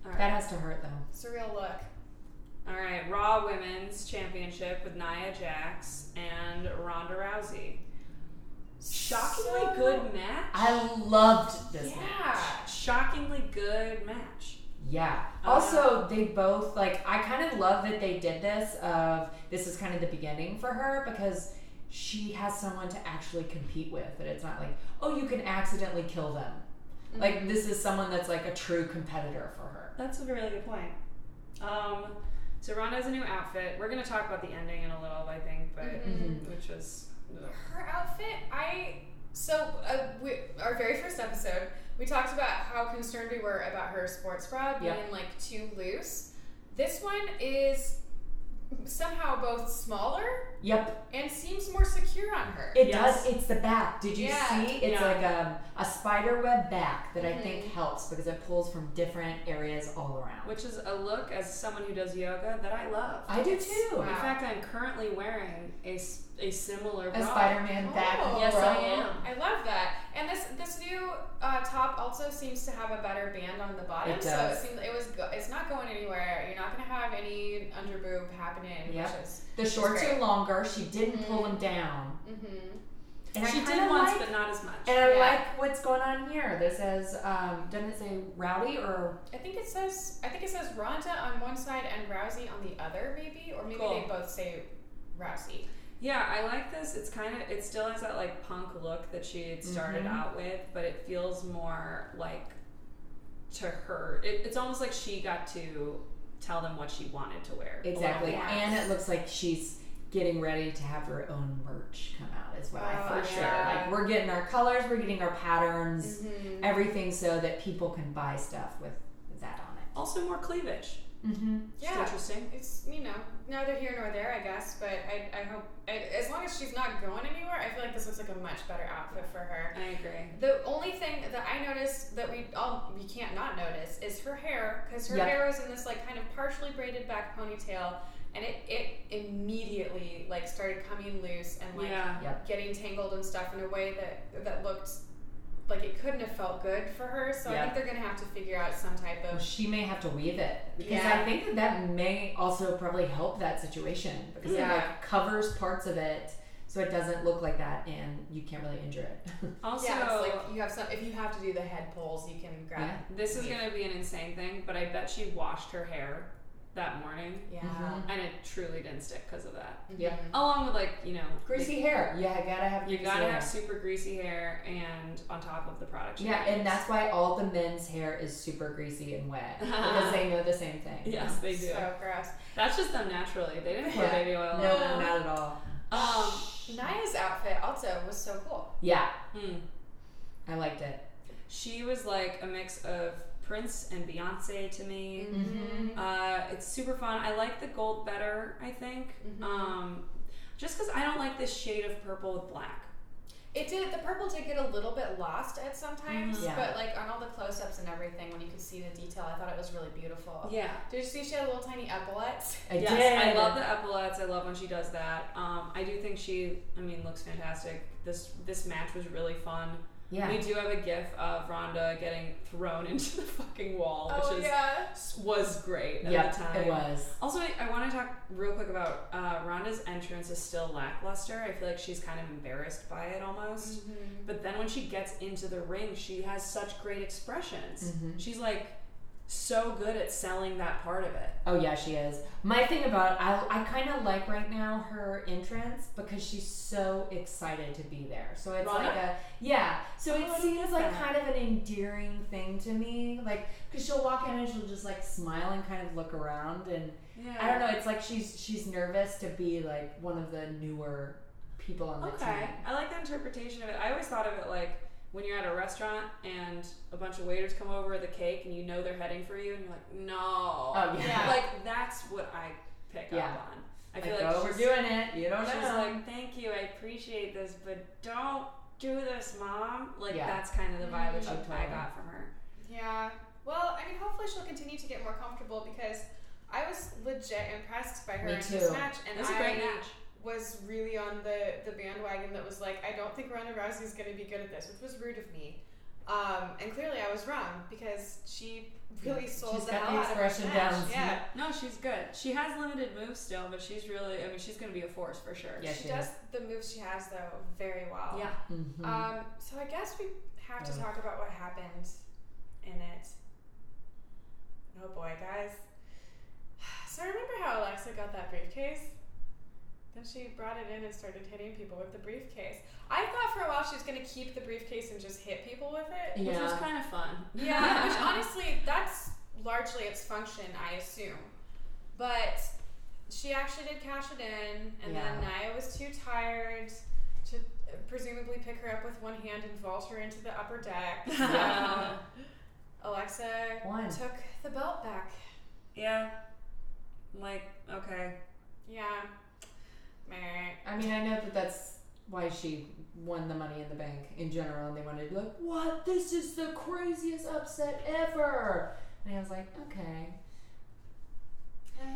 Speaker 3: All right.
Speaker 1: That has to hurt though.
Speaker 2: surreal look.
Speaker 3: All right. Raw Women's Championship with Nia Jax and Ronda Rousey. Shockingly
Speaker 2: So-
Speaker 3: good match.
Speaker 1: I loved this
Speaker 2: Yeah.
Speaker 1: match.
Speaker 3: Shockingly good match.
Speaker 1: Yeah.
Speaker 3: Uh,
Speaker 1: also, they both like. I kind of love that they did this. Of this is kind of the beginning for her because she has someone to actually compete with. That it's not like oh you can accidentally kill them.
Speaker 3: Mm-hmm.
Speaker 1: Like this is someone that's like a true competitor for her.
Speaker 3: That's a really good point. Um, so Ronda has a new outfit. We're gonna talk about the ending in a little, I think, but
Speaker 1: Mhm.
Speaker 3: which was
Speaker 2: Her outfit, I so uh, we, our very first episode, we talked about how concerned we were about her sports bra being
Speaker 1: Yep.
Speaker 2: like too loose. This one is somehow both smaller
Speaker 1: Yep.
Speaker 2: and seems more secure on her.
Speaker 1: It
Speaker 3: Yes.
Speaker 1: does. It's the back. Did you
Speaker 2: Yeah.
Speaker 1: see? It's
Speaker 3: Yeah. Mm-hmm.
Speaker 1: like um, a spider web back that I
Speaker 2: Mhm.
Speaker 1: think helps because it pulls from different areas all around.
Speaker 3: which is a look as someone who does yoga that I love.
Speaker 1: I do too.
Speaker 2: Wow.
Speaker 3: In fact, I'm currently wearing a, s- a similar bra.
Speaker 1: A Spider-Man back.
Speaker 2: Oh.
Speaker 3: Yes, I
Speaker 1: row.
Speaker 3: am.
Speaker 2: I love that, and this this new uh, top also seems to have a better band on the bottom,
Speaker 1: It
Speaker 2: so it
Speaker 1: does.
Speaker 2: seems it was go- it's not going anywhere. You're not gonna have any underboob happening,
Speaker 1: Yep.
Speaker 2: which is
Speaker 1: The shorts
Speaker 2: great.
Speaker 1: are longer. She didn't pull
Speaker 2: Mhm.
Speaker 1: them down.
Speaker 2: mm-hmm.
Speaker 1: And
Speaker 3: she
Speaker 1: I
Speaker 3: did
Speaker 1: kinda
Speaker 3: once,
Speaker 1: like,
Speaker 3: but not as much.
Speaker 1: and I
Speaker 2: yeah.
Speaker 1: like what's going on here. This says, um, doesn't it say rowdy or
Speaker 2: I think it says I think it says Ronda on one side and Rousey on the other, maybe, or maybe
Speaker 3: Cool.
Speaker 2: they both say Rousey.
Speaker 3: yeah, I like this. It's kind of it still has that like punk look that she had started
Speaker 1: Mhm.
Speaker 3: out with, but it feels more like to her. It, it's almost like she got to tell them what she wanted to wear. a little
Speaker 1: exactly?
Speaker 3: more.
Speaker 2: yeah.
Speaker 1: And it looks like she's getting ready to have her own merch come out as well.
Speaker 2: Oh,
Speaker 1: for
Speaker 2: yeah.
Speaker 1: sure. Like we're getting our colors, we're getting our patterns,
Speaker 2: Mm-hmm.
Speaker 1: everything, so that people can buy stuff with that on
Speaker 3: Also more cleavage.
Speaker 1: it. Mm-hmm.
Speaker 3: It's
Speaker 2: Yeah,
Speaker 3: interesting.
Speaker 2: it's you know neither here nor there, I guess. But I, I hope I, as long as she's not going anywhere, I feel like this looks like a much better outfit for her.
Speaker 3: I agree.
Speaker 2: The only thing that I noticed that we all we can't not notice is her hair because her
Speaker 1: Yeah.
Speaker 2: hair is in this like kind of partially braided back ponytail, and it it immediately like started coming loose and like
Speaker 3: yeah.
Speaker 2: getting tangled and stuff in a way that that looked like it couldn't have felt good for her. So I think
Speaker 1: Yeah.
Speaker 2: they're gonna have to figure out some type
Speaker 1: Well,
Speaker 2: of
Speaker 1: she may have to weave it because
Speaker 2: Yeah.
Speaker 1: I think that that may also probably help that situation because
Speaker 2: Yeah.
Speaker 1: it like covers parts of it so it doesn't look like that and you can't really injure it.
Speaker 5: Also,
Speaker 2: yeah, it's like you have some. If you have to do the head pulls, you can grab.
Speaker 1: Yeah.
Speaker 3: This is gonna be an insane thing, but I bet she washed her hair that morning,
Speaker 2: Yeah.
Speaker 1: Mhm.
Speaker 3: and it truly didn't stick because of that.
Speaker 2: Mhm.
Speaker 1: Yeah.
Speaker 3: Along with like you know,
Speaker 1: greasy hair. Yeah, I gotta have
Speaker 3: you
Speaker 1: greasy
Speaker 3: gotta
Speaker 1: hair.
Speaker 3: have super greasy hair, and on top of the product. she
Speaker 1: yeah,
Speaker 3: uses.
Speaker 1: and that's why all the men's hair is super greasy and wet because they know the same thing.
Speaker 3: yes, they do.
Speaker 2: So gross.
Speaker 3: That's just them naturally. They didn't put
Speaker 1: Yeah.
Speaker 3: baby oil.
Speaker 1: No,
Speaker 3: on
Speaker 1: no,
Speaker 3: them.
Speaker 1: not at all.
Speaker 3: Um,
Speaker 2: Naya's outfit also was so cool.
Speaker 1: Yeah,
Speaker 3: hmm.
Speaker 1: I liked it.
Speaker 3: she was like a mix of Prince and Beyonce to me.
Speaker 1: Mhm.
Speaker 3: Uh, it's super fun. I like the gold better. I think.
Speaker 1: Mm-hmm.
Speaker 2: Mhm.
Speaker 3: Um, just because I don't like this shade of purple with black.
Speaker 2: It did. The purple did get a little bit lost at sometimes,
Speaker 1: Mhm. Yeah.
Speaker 2: but like on all the close-ups and everything, when you could see the detail, I thought it was really beautiful.
Speaker 3: Yeah.
Speaker 2: Did you see she had little tiny epaulets?
Speaker 1: Oh, I
Speaker 3: yes,
Speaker 1: did.
Speaker 3: I love the epaulets. I love when she does that. Um, I do think she, I mean, looks fantastic. This this match was really fun.
Speaker 1: Yeah.
Speaker 3: We do have a gif of Rhonda getting thrown into the fucking wall,
Speaker 2: oh
Speaker 3: which is
Speaker 2: yeah.
Speaker 3: was great at
Speaker 1: yeah,
Speaker 3: the time.
Speaker 1: it was.
Speaker 3: Also, I, I want to talk real quick about uh, Rhonda's entrance is still lackluster. I feel like she's kind of embarrassed by it almost.
Speaker 2: Mm-hmm.
Speaker 3: But then when she gets into the ring, she has such great expressions.
Speaker 1: Mhm.
Speaker 3: She's like so good at selling that part of it.
Speaker 1: Oh yeah, she is. My thing about I I kind of like right now her entrance because she's so excited to be there. So it's
Speaker 3: Rana?
Speaker 1: like a yeah. So
Speaker 3: Oh, I
Speaker 1: it
Speaker 3: didn't
Speaker 1: seems
Speaker 3: get
Speaker 1: like
Speaker 3: that.
Speaker 1: kind of an endearing thing to me, like because she'll walk in and she'll just like smile and kind of look around and
Speaker 3: Yeah.
Speaker 1: I don't know. It's like she's she's nervous to be like one of the newer people on the
Speaker 3: Okay,
Speaker 1: team.
Speaker 3: I like the interpretation of it. I always thought of it like when you're at a restaurant and a bunch of waiters come over with a cake and you know they're heading for you and you're like, no.
Speaker 1: Oh yeah,
Speaker 2: Yeah.
Speaker 3: Like that's what I pick
Speaker 1: Yeah.
Speaker 3: up on. I
Speaker 1: like,
Speaker 3: feel like,
Speaker 1: oh, we're
Speaker 3: she's,
Speaker 1: doing it. You don't
Speaker 3: she's
Speaker 1: know.
Speaker 3: like, thank you, I appreciate this, but don't do this, mom. Like
Speaker 1: Yeah.
Speaker 3: that's kind of the vibe that she,
Speaker 1: Oh,
Speaker 3: I
Speaker 1: totally.
Speaker 3: got from her.
Speaker 2: Yeah. Well, I mean, hopefully she'll continue to get more comfortable because I was legit impressed by her
Speaker 1: Me
Speaker 2: in
Speaker 1: too.
Speaker 2: this match,
Speaker 3: It
Speaker 2: and
Speaker 3: was a
Speaker 2: I
Speaker 3: great match.
Speaker 2: was really on the the bandwagon that was like, I don't think Ronda Rousey's going to be good at this, which was rude of me. Um, and clearly, I was wrong because she really sold
Speaker 1: She's
Speaker 2: the
Speaker 1: got
Speaker 2: hell
Speaker 1: the
Speaker 2: out of her
Speaker 1: expression
Speaker 2: match.
Speaker 1: down.
Speaker 2: Yeah.
Speaker 3: No, she's good. She has limited moves still, but she's really. I mean, she's gonna be a force for sure.
Speaker 1: Yeah,
Speaker 2: she
Speaker 1: she
Speaker 2: does the moves she has though very well.
Speaker 3: Yeah.
Speaker 1: Mhm.
Speaker 3: uh,
Speaker 2: Um, so I guess we have to
Speaker 1: Yeah.
Speaker 2: talk about what happened in it. Oh boy, guys. So remember how Alexa got that briefcase? Then she brought it in and started hitting people with the briefcase. I thought for a while she was gonna keep the briefcase and just hit people with it.
Speaker 3: Which was
Speaker 1: yeah.
Speaker 3: kind of fun.
Speaker 2: Yeah, which honestly, that's largely its function, I assume. But she actually did cash it in, and
Speaker 1: Yeah.
Speaker 2: then Naya was too tired to presumably pick her up with one hand and vault her into the upper deck. So Alexa
Speaker 1: One.
Speaker 2: took the belt back.
Speaker 3: Yeah. Like, okay.
Speaker 2: Yeah. Meh.
Speaker 1: I mean, I know that that's why she won the Money in the Bank in general, and they wanted to be like, "What? This is the craziest upset ever!" And I was like, "Okay,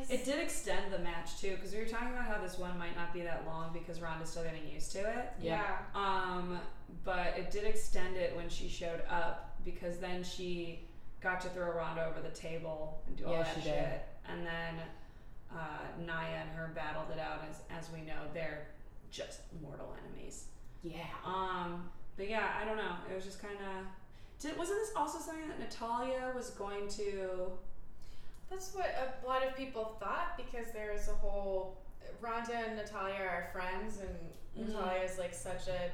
Speaker 3: It did extend the match too, because we were talking about how this one might not be that long because Rhonda's still getting used to it.
Speaker 2: Yeah.
Speaker 3: Um, but it did extend it when she showed up because then she got to throw Rhonda over the table and do all
Speaker 1: Yeah,
Speaker 3: that
Speaker 1: she
Speaker 3: shit.
Speaker 1: did.
Speaker 3: And then uh, Naya and her battled it out as as we know, they're just mortal enemies.
Speaker 1: yeah."
Speaker 3: Um, but yeah, I don't know. It was just kind of. Did, wasn't this also something that Natalia was going to?
Speaker 2: That's what a lot of people thought because there is a whole Rhonda and Natalia are friends, and
Speaker 3: Mhm.
Speaker 2: Natalia is like such a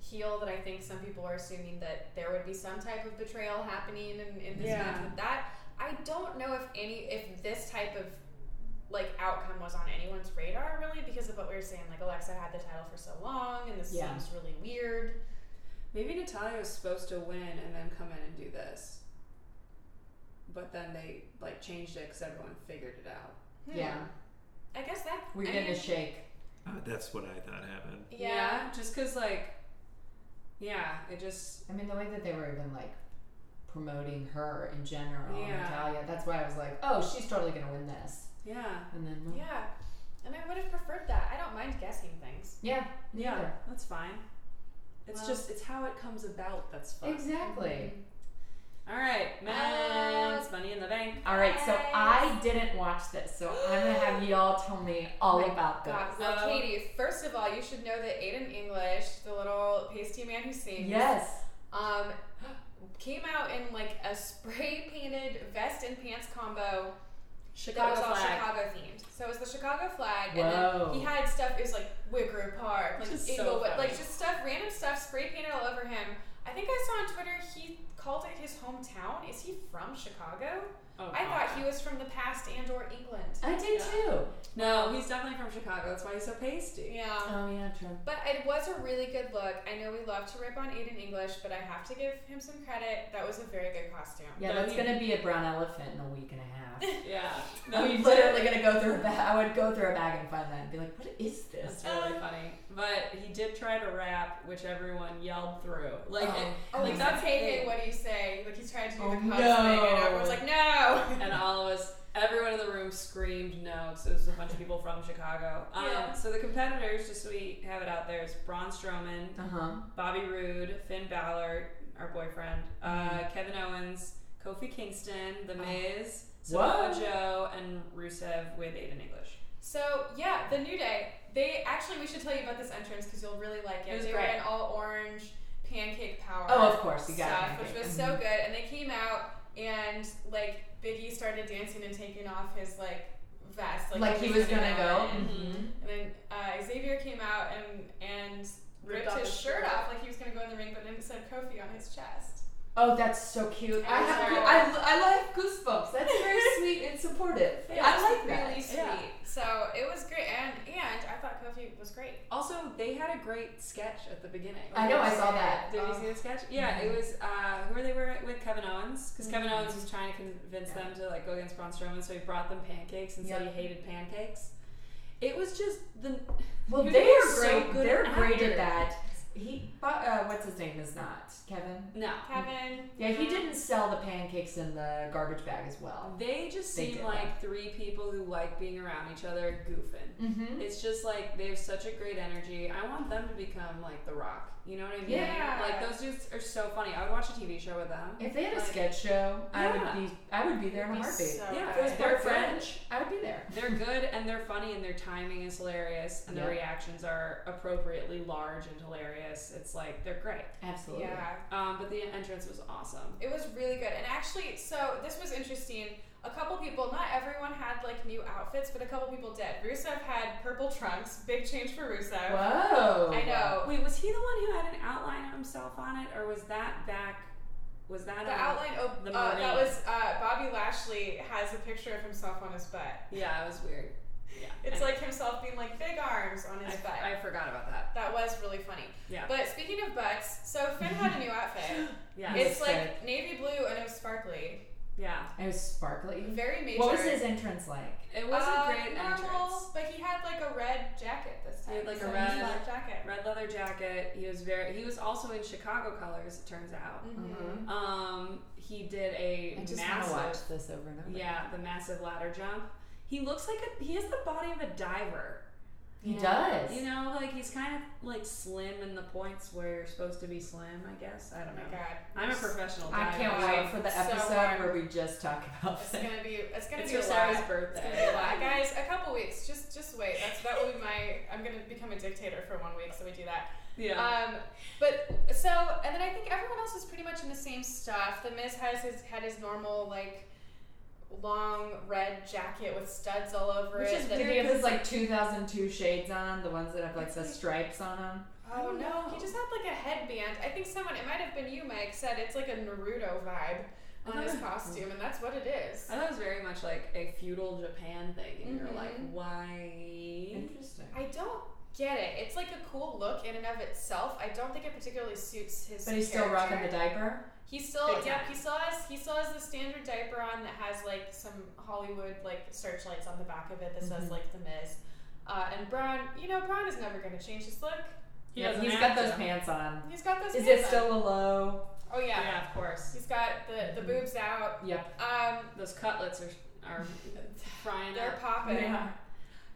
Speaker 2: heel that I think some people are assuming that there would be some type of betrayal happening in, in this
Speaker 3: Yeah.
Speaker 2: match with that. I don't know if any if this type of like outcome was on anyone's radar really because of what we were saying. Like Alexa had the title for so long, and this
Speaker 1: Yeah.
Speaker 2: seems really weird.
Speaker 3: Maybe Natalia was supposed to win and then come in and do this. But then they like changed it because everyone figured it out.
Speaker 2: Hmm.
Speaker 1: Yeah.
Speaker 2: I guess that
Speaker 1: We're
Speaker 2: I
Speaker 1: getting
Speaker 2: mean,
Speaker 1: a shake.
Speaker 4: Uh, that's what I thought happened.
Speaker 2: yeah.
Speaker 3: just because like, yeah, it just
Speaker 1: I mean, the way that they were even like promoting her in general,
Speaker 3: Yeah.
Speaker 1: Natalia. That's why I was like, "Oh, she's totally gonna win this."
Speaker 3: yeah
Speaker 1: And then, well,
Speaker 2: Yeah. And I would have preferred that. I don't mind guessing things.
Speaker 1: yeah,
Speaker 3: yeah that's fine. It's
Speaker 2: Well-
Speaker 3: just it's how it comes about that's
Speaker 2: Mm-hmm.
Speaker 1: neither.
Speaker 3: fun.
Speaker 1: exactly.
Speaker 2: Uh,
Speaker 3: All right, men's money in the bank.
Speaker 1: All right, so I didn't watch this, so I'm gonna have y'all tell me all
Speaker 2: my
Speaker 1: about this.
Speaker 2: God. Well, Katie, first of all, you should know that Aiden English, the little pasty man who sings,
Speaker 1: Yes.
Speaker 2: um, came out in like a spray painted vest and pants combo that was all Chicago themed. So it was the Chicago flag, and
Speaker 1: Whoa.
Speaker 2: then he had stuff. It was like Wicker Park, like
Speaker 3: Which is so
Speaker 2: Inglewood,
Speaker 3: funny.
Speaker 2: like just stuff, random stuff spray painted all over him. I think I saw on Twitter he called it his hometown. Is he from Chicago?
Speaker 3: Oh,
Speaker 2: I thought he was from the past and or England.
Speaker 1: I did too.
Speaker 3: No, he's definitely from Chicago. That's why he's so pasty.
Speaker 2: Yeah.
Speaker 1: Oh yeah, true.
Speaker 2: But it was a really good look. I know we love to rip on Aiden English, but I have to give him some credit. That was a very good costume.
Speaker 1: Yeah,
Speaker 3: No,
Speaker 1: that's
Speaker 3: you-
Speaker 1: gonna be a brown elephant in a week and a half.
Speaker 3: Yeah.
Speaker 1: I'm
Speaker 3: he
Speaker 1: literally gonna go through a bag. I would go through a bag and find that and be like, what is this?
Speaker 3: That's really funny. But he did try to rap, which everyone yelled through. Like,
Speaker 1: Oh.
Speaker 3: it, like
Speaker 2: Like
Speaker 3: that's
Speaker 2: that's hey,
Speaker 3: the
Speaker 2: hey,
Speaker 3: thing.
Speaker 2: what do you say? Like he tried to do
Speaker 1: Oh,
Speaker 2: the cuss thing,
Speaker 1: no.
Speaker 2: and everyone's like, no.
Speaker 3: and all of us, everyone in the room screamed no. So it was a bunch of people from Chicago. Um,
Speaker 2: Yeah.
Speaker 3: So the competitors, just so we have it out there, is Braun Strowman,
Speaker 1: Uh huh.
Speaker 3: Bobby Roode, Finn Balor, our boyfriend,
Speaker 1: Mm-hmm.
Speaker 3: uh, Kevin Owens, Kofi Kingston, The
Speaker 1: Oh.
Speaker 3: Miz, Samoa
Speaker 1: Whoa.
Speaker 3: Joe, and Rusev with Aiden English.
Speaker 2: So yeah, the New Day. They actually, we should tell you about this entrance because you'll really like it.
Speaker 3: It was
Speaker 2: they
Speaker 3: great.
Speaker 2: were in all orange pancake power.
Speaker 1: Oh, of course, you got
Speaker 2: stuff,
Speaker 1: it. Mm-hmm.
Speaker 2: which was so good. And they came out and like Biggie started dancing and taking off his like vest, like,
Speaker 1: Like, he was gonna go.
Speaker 2: in.
Speaker 1: Mhm.
Speaker 2: And then uh, Xavier came out and and
Speaker 3: Ripped
Speaker 2: ripped,
Speaker 3: off
Speaker 2: his
Speaker 3: his
Speaker 2: shirt
Speaker 3: shirt.
Speaker 2: off like he was gonna go in the ring, but then it said Kofi on his chest.
Speaker 1: Oh, that's so cute. I
Speaker 2: I'm
Speaker 1: have,
Speaker 2: sorry.
Speaker 1: I, I like goosebumps. That's very sweet and supportive.
Speaker 3: Yeah,
Speaker 1: I like that.
Speaker 2: really sweet.
Speaker 3: Yeah.
Speaker 2: So it was great, and and I thought Kofi was great.
Speaker 3: Also, they had a great sketch at the beginning.
Speaker 1: I know, I saw that. Um,
Speaker 3: Did you
Speaker 2: Oh.
Speaker 3: see the sketch? Yeah, it was uh, who were they were with Kevin Owens because Kevin
Speaker 1: Mm-hmm.
Speaker 3: Owens was trying to convince them to like go against Braun Strowman, so he brought them pancakes and said
Speaker 1: Yep.
Speaker 3: he hated pancakes. It was just the
Speaker 1: Well,
Speaker 3: You
Speaker 1: they
Speaker 3: guys
Speaker 1: are
Speaker 3: are
Speaker 1: great.
Speaker 3: so good
Speaker 1: They're
Speaker 3: at
Speaker 1: great
Speaker 3: acting.
Speaker 1: at that. He, but uh, what's his name is not Kevin.
Speaker 3: no.
Speaker 2: Kevin.
Speaker 1: Yeah, he didn't sell the pancakes in the garbage bag as well.
Speaker 3: They just
Speaker 1: They
Speaker 3: seem
Speaker 1: did
Speaker 3: like three people who like being around each other, goofing.
Speaker 1: Mm-hmm.
Speaker 3: It's just like they have such a great energy. I want them to become like The Rock. You know what I mean?
Speaker 2: Yeah.
Speaker 3: Like those dudes are so funny. I would watch a TV show with them.
Speaker 1: If they had a
Speaker 3: Like-
Speaker 1: sketch show, I
Speaker 3: Yeah.
Speaker 1: would be. I would be there in a
Speaker 2: He's
Speaker 1: heartbeat.
Speaker 2: so
Speaker 3: Yeah,
Speaker 2: good.
Speaker 3: it was
Speaker 1: If they're
Speaker 3: They're
Speaker 1: French. I would be there.
Speaker 3: They're good and they're funny and their timing is hilarious and
Speaker 1: Yeah.
Speaker 3: the reactions are appropriately large and hilarious. It's like they're great.
Speaker 1: Absolutely.
Speaker 2: Yeah.
Speaker 3: Um, but the entrance was awesome.
Speaker 2: It was really good. And actually, so this was interesting. A couple people, not everyone had like new outfits, but a couple people did. Rusev had purple trunks, big change for Rusev.
Speaker 1: Whoa.
Speaker 2: I know.
Speaker 3: Wait, was he the one who had an outline of himself on it, or was that back? Was that
Speaker 2: The
Speaker 3: on-
Speaker 2: outline, oh,
Speaker 3: Um, The
Speaker 2: uh, that
Speaker 3: Marine.
Speaker 2: was uh, Bobby Lashley has a picture of himself on his butt.
Speaker 3: Yeah, it was weird. Yeah,
Speaker 2: It's
Speaker 3: I-
Speaker 2: like himself being like big arms on his butt.
Speaker 3: I, I forgot about that.
Speaker 2: that was really funny.
Speaker 3: Yeah.
Speaker 2: But speaking of butts, so Finn had a new outfit.
Speaker 3: Yeah,
Speaker 1: It-
Speaker 2: It's like navy blue and it was sparkly.
Speaker 3: yeah.
Speaker 1: It was sparkly.
Speaker 3: Mm-hmm.
Speaker 2: Very major.
Speaker 1: What was his entrance like?
Speaker 3: It was
Speaker 2: uh,
Speaker 3: a great
Speaker 2: normal,
Speaker 3: entrance.
Speaker 2: But he had like a red jacket this time.
Speaker 3: He had, like, a
Speaker 2: So he
Speaker 3: red-
Speaker 2: black jacket.
Speaker 3: Red leather jacket. He was very. He was also in Chicago colors. It turns out.
Speaker 2: Mhm.
Speaker 3: Um, he did a
Speaker 1: I just want to
Speaker 3: massive.
Speaker 1: watch this over and over.
Speaker 3: Yeah, the massive ladder jump. He looks like a he has the body of a diver.
Speaker 1: He
Speaker 3: Yeah.
Speaker 1: does.
Speaker 3: You know, like he's kind of like slim in the points where you're supposed to be slim, I guess. I
Speaker 2: Oh
Speaker 3: don't know.
Speaker 2: my god.
Speaker 3: I'm a professional diver.
Speaker 1: I can't wait for the
Speaker 2: So
Speaker 1: episode
Speaker 2: hard.
Speaker 1: where we just talk about
Speaker 2: It's
Speaker 1: this.
Speaker 2: gonna be it's gonna
Speaker 3: It's
Speaker 2: be
Speaker 3: for
Speaker 2: a
Speaker 3: Sarah's
Speaker 2: lot. It's gonna be
Speaker 3: birthday.
Speaker 2: a lot. Guys, a couple weeks. Just just wait. That's that will be my I'm gonna become a dictator for one week, so we do that.
Speaker 3: Yeah.
Speaker 2: Um but so and then I think everyone else is pretty much in the same stuff. The Miz has his had his normal like long red jacket with studs all over
Speaker 3: Which
Speaker 2: it.
Speaker 3: is
Speaker 2: that-
Speaker 1: Did he
Speaker 3: weird
Speaker 1: have his like 2002 shades on? The ones that have like the stripes on them?
Speaker 2: Oh
Speaker 3: don't
Speaker 2: no,
Speaker 3: know.
Speaker 2: he just had like a headband. I think someone, it might have been you, Mike, said it's like a Naruto vibe on his costume, and that's what it is.
Speaker 3: I thought it was very much like a feudal Japan thing, and you're like,
Speaker 2: Mhm.
Speaker 3: why?
Speaker 1: Interesting.
Speaker 2: I don't get it. It's like a cool look in and of itself. I don't think it particularly suits his.
Speaker 1: But he's still rocking the
Speaker 2: character.
Speaker 1: diaper?
Speaker 2: He's still,
Speaker 3: Big
Speaker 2: yep.
Speaker 3: time.
Speaker 2: He still has, he still has the standard diaper on that has like some Hollywood like searchlights on the back of it that says
Speaker 1: Mhm.
Speaker 2: like the Miz. Uh, and Braun, you know, Braun is never gonna change his look.
Speaker 3: He
Speaker 1: Yeah,
Speaker 3: doesn't
Speaker 1: he's
Speaker 3: have
Speaker 1: got those
Speaker 3: to.
Speaker 1: pants on.
Speaker 2: He's got those.
Speaker 1: Is
Speaker 2: pants
Speaker 1: it
Speaker 2: on.
Speaker 1: still a low?
Speaker 2: Oh yeah.
Speaker 3: of course.
Speaker 2: He's got
Speaker 1: Mm-hmm.
Speaker 2: the the boobs out.
Speaker 1: Yep.
Speaker 2: Um,
Speaker 3: Those cutlets are are frying
Speaker 2: They're
Speaker 3: up.
Speaker 2: popping.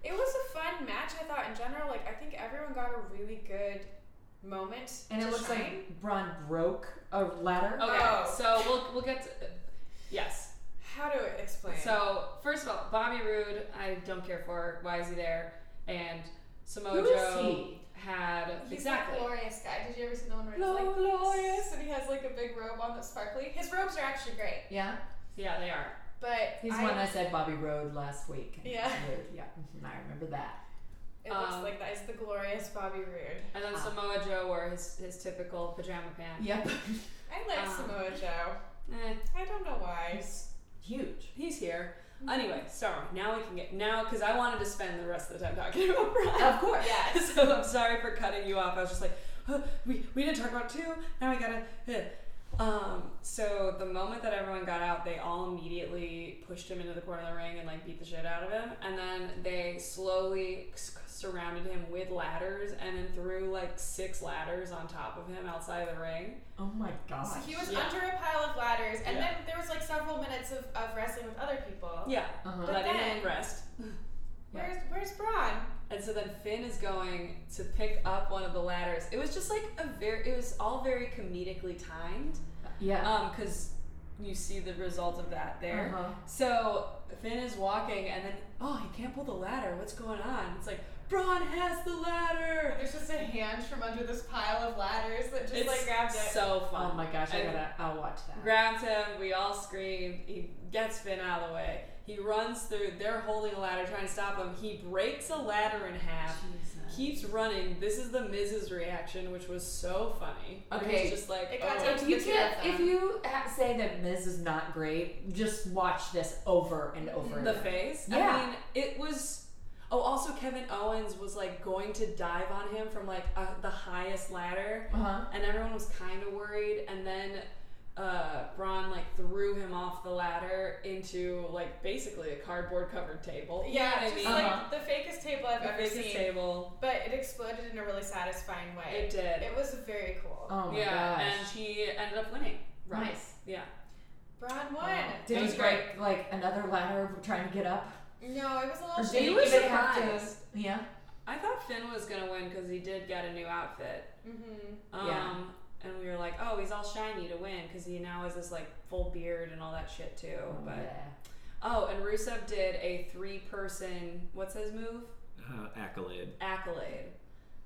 Speaker 2: It was a fun match, I thought, in general. Like, I think everyone got a really good moment.
Speaker 1: And
Speaker 2: to
Speaker 1: it looks
Speaker 2: shine.
Speaker 1: like Braun broke a ladder.
Speaker 3: Okay,
Speaker 2: Oh.
Speaker 3: so we'll we'll get to yes.
Speaker 2: How to explain
Speaker 3: Bobby Roode, I don't care for. Why is he there? And Samoa
Speaker 1: Who is
Speaker 3: Joe
Speaker 1: he?
Speaker 3: had
Speaker 2: He's
Speaker 3: exactly.
Speaker 2: that glorious guy. Did you ever see the one where he's
Speaker 3: Glorious.
Speaker 2: like glorious and he has like a big robe on that's sparkly? His robes are actually great,
Speaker 1: Yeah,
Speaker 3: Yeah, they are.
Speaker 2: but
Speaker 1: he's
Speaker 2: I,
Speaker 1: one I said Bobby Road last week.
Speaker 2: Yeah.
Speaker 1: Roode, yeah, mhm, I remember that.
Speaker 2: it looks
Speaker 3: Um,
Speaker 2: like that is the glorious Bobby Roode.
Speaker 3: And then
Speaker 1: Ah.
Speaker 3: Samoa Joe wore his, his typical pajama pants.
Speaker 1: Yep,
Speaker 2: I like
Speaker 3: um,
Speaker 2: Samoa Joe.
Speaker 3: Eh,
Speaker 2: I don't know why.
Speaker 1: he's huge.
Speaker 3: he's here.
Speaker 1: Hmm.
Speaker 3: Anyway, sorry. Now we can get now because I wanted to spend the rest of the time talking about Brian.
Speaker 1: Of course.
Speaker 2: Yeah.
Speaker 3: so I'm sorry for cutting you off. I was just like, huh, we we didn't talk about two. Now I gotta. eh. Um, so the moment that everyone got out, they all immediately pushed him into the corner of the ring and like beat the shit out of him, and then they slowly s- surrounded him with ladders and then threw like six ladders on top of him outside of the ring.
Speaker 1: Oh my gosh.
Speaker 2: So he was
Speaker 3: Yeah.
Speaker 2: under a pile of ladders, and
Speaker 3: Yeah.
Speaker 2: then there was like several minutes of, of wrestling with other people.
Speaker 3: Yeah,
Speaker 1: Uh-huh.
Speaker 2: But
Speaker 3: letting
Speaker 2: then-
Speaker 3: him rest.
Speaker 2: Where's Where's Braun?
Speaker 3: And so then Finn is going to pick up one of the ladders. It was just like a very, it was all very comedically timed.
Speaker 1: yeah.
Speaker 3: Um, cause you see the result of that there.
Speaker 1: Uh-huh.
Speaker 3: So Finn is walking and then, oh, he can't pull the ladder. What's going on? It's like, Braun has the ladder.
Speaker 2: There's just a hand from under this pile of ladders that just
Speaker 3: it's
Speaker 2: like grabbed it.
Speaker 3: so fun.
Speaker 1: Oh my gosh, I
Speaker 3: And-
Speaker 1: gotta. I'll watch that.
Speaker 3: grabs him. We all scream. He gets Finn out of the way. He runs through. They're holding a ladder, trying to stop him. He breaks a ladder in half.
Speaker 1: Jesus.
Speaker 3: Keeps running. This is the Miz's reaction, which was so funny. It was
Speaker 1: Okay.
Speaker 3: just like
Speaker 2: It got
Speaker 3: oh.
Speaker 2: down
Speaker 1: If you
Speaker 2: Just
Speaker 1: can't,
Speaker 2: get
Speaker 1: if
Speaker 2: them.
Speaker 1: you ha- say that Miz is not great, just watch this over and over.
Speaker 3: the
Speaker 1: again.
Speaker 3: face. I
Speaker 1: Yeah.
Speaker 3: mean, it was. Oh, also Kevin Owens was like going to dive on him from like uh, the highest ladder,
Speaker 1: Uh-huh.
Speaker 3: and everyone was kind of worried. And then uh, Braun like threw him off the ladder into like basically a cardboard covered table.
Speaker 2: yeah,
Speaker 3: You
Speaker 2: just
Speaker 3: know what I mean?
Speaker 1: Uh-huh.
Speaker 2: like the fakest table I've
Speaker 3: The
Speaker 2: ever
Speaker 3: biggest
Speaker 2: seen.
Speaker 3: table.
Speaker 2: But it exploded in a really satisfying way.
Speaker 3: It did.
Speaker 2: It was very cool.
Speaker 1: Oh my
Speaker 3: yeah,
Speaker 1: gosh.
Speaker 3: and he ended up winning. Right.
Speaker 1: nice.
Speaker 3: Yeah.
Speaker 2: Braun won.
Speaker 1: Wow.
Speaker 3: It
Speaker 1: Did
Speaker 3: was
Speaker 1: he break like another ladder trying to get up?
Speaker 2: No, it was a
Speaker 1: Or
Speaker 2: little
Speaker 1: did
Speaker 2: shaky.
Speaker 1: he
Speaker 3: was
Speaker 1: even have to?
Speaker 3: surprised.
Speaker 1: Yeah.
Speaker 3: I thought Finn was gonna win because he did get a new outfit.
Speaker 2: Mm-hmm.
Speaker 3: Um,
Speaker 1: Yeah.
Speaker 3: And we were like, oh, he's all shiny to win because he now has this like full beard and all that shit too.
Speaker 1: Mm-hmm.
Speaker 3: but
Speaker 1: yeah.
Speaker 3: oh, and Rusev did a three-person what's his move
Speaker 4: Uh, accolade.
Speaker 3: accolade,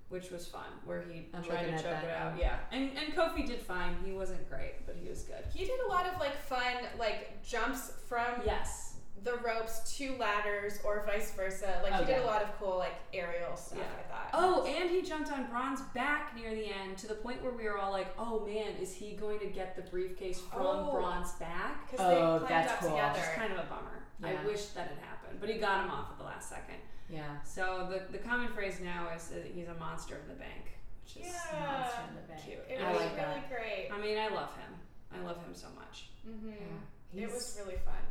Speaker 3: which was fun where he
Speaker 1: I'm
Speaker 3: tried to
Speaker 1: looking
Speaker 3: choke
Speaker 1: at
Speaker 3: it
Speaker 1: that
Speaker 3: out.
Speaker 1: now.
Speaker 3: Yeah. And and Kofi did fine. He wasn't great, but he was good.
Speaker 2: He did a lot of like fun like jumps from
Speaker 3: Yes.
Speaker 2: the ropes to ladders or vice versa. Like
Speaker 1: Oh,
Speaker 2: he did
Speaker 1: yeah.
Speaker 2: a lot of cool like aerial stuff.
Speaker 3: Yeah.
Speaker 2: I thought.
Speaker 3: Oh, and he jumped on Braun's back near the end to the point where we were all like, "Oh man, is he going to get the briefcase from
Speaker 2: Oh.
Speaker 3: Braun's back?"
Speaker 2: because
Speaker 1: Oh,
Speaker 2: they climbed
Speaker 1: that's
Speaker 2: up
Speaker 1: cool.
Speaker 2: together.
Speaker 3: It's kind of a bummer.
Speaker 1: Yeah.
Speaker 3: I wish that had happened, but he got him off at the last second.
Speaker 1: Yeah.
Speaker 3: So the the common phrase now is that he's a monster in the bank, which is
Speaker 2: Yeah.
Speaker 1: Monster in the bank.
Speaker 3: cute.
Speaker 2: It
Speaker 1: I
Speaker 2: was
Speaker 1: like
Speaker 2: really
Speaker 1: that.
Speaker 2: great.
Speaker 3: I mean, I love him. I love him so much.
Speaker 2: Mm-hmm.
Speaker 1: Yeah.
Speaker 2: It
Speaker 1: He's,
Speaker 2: was really fun.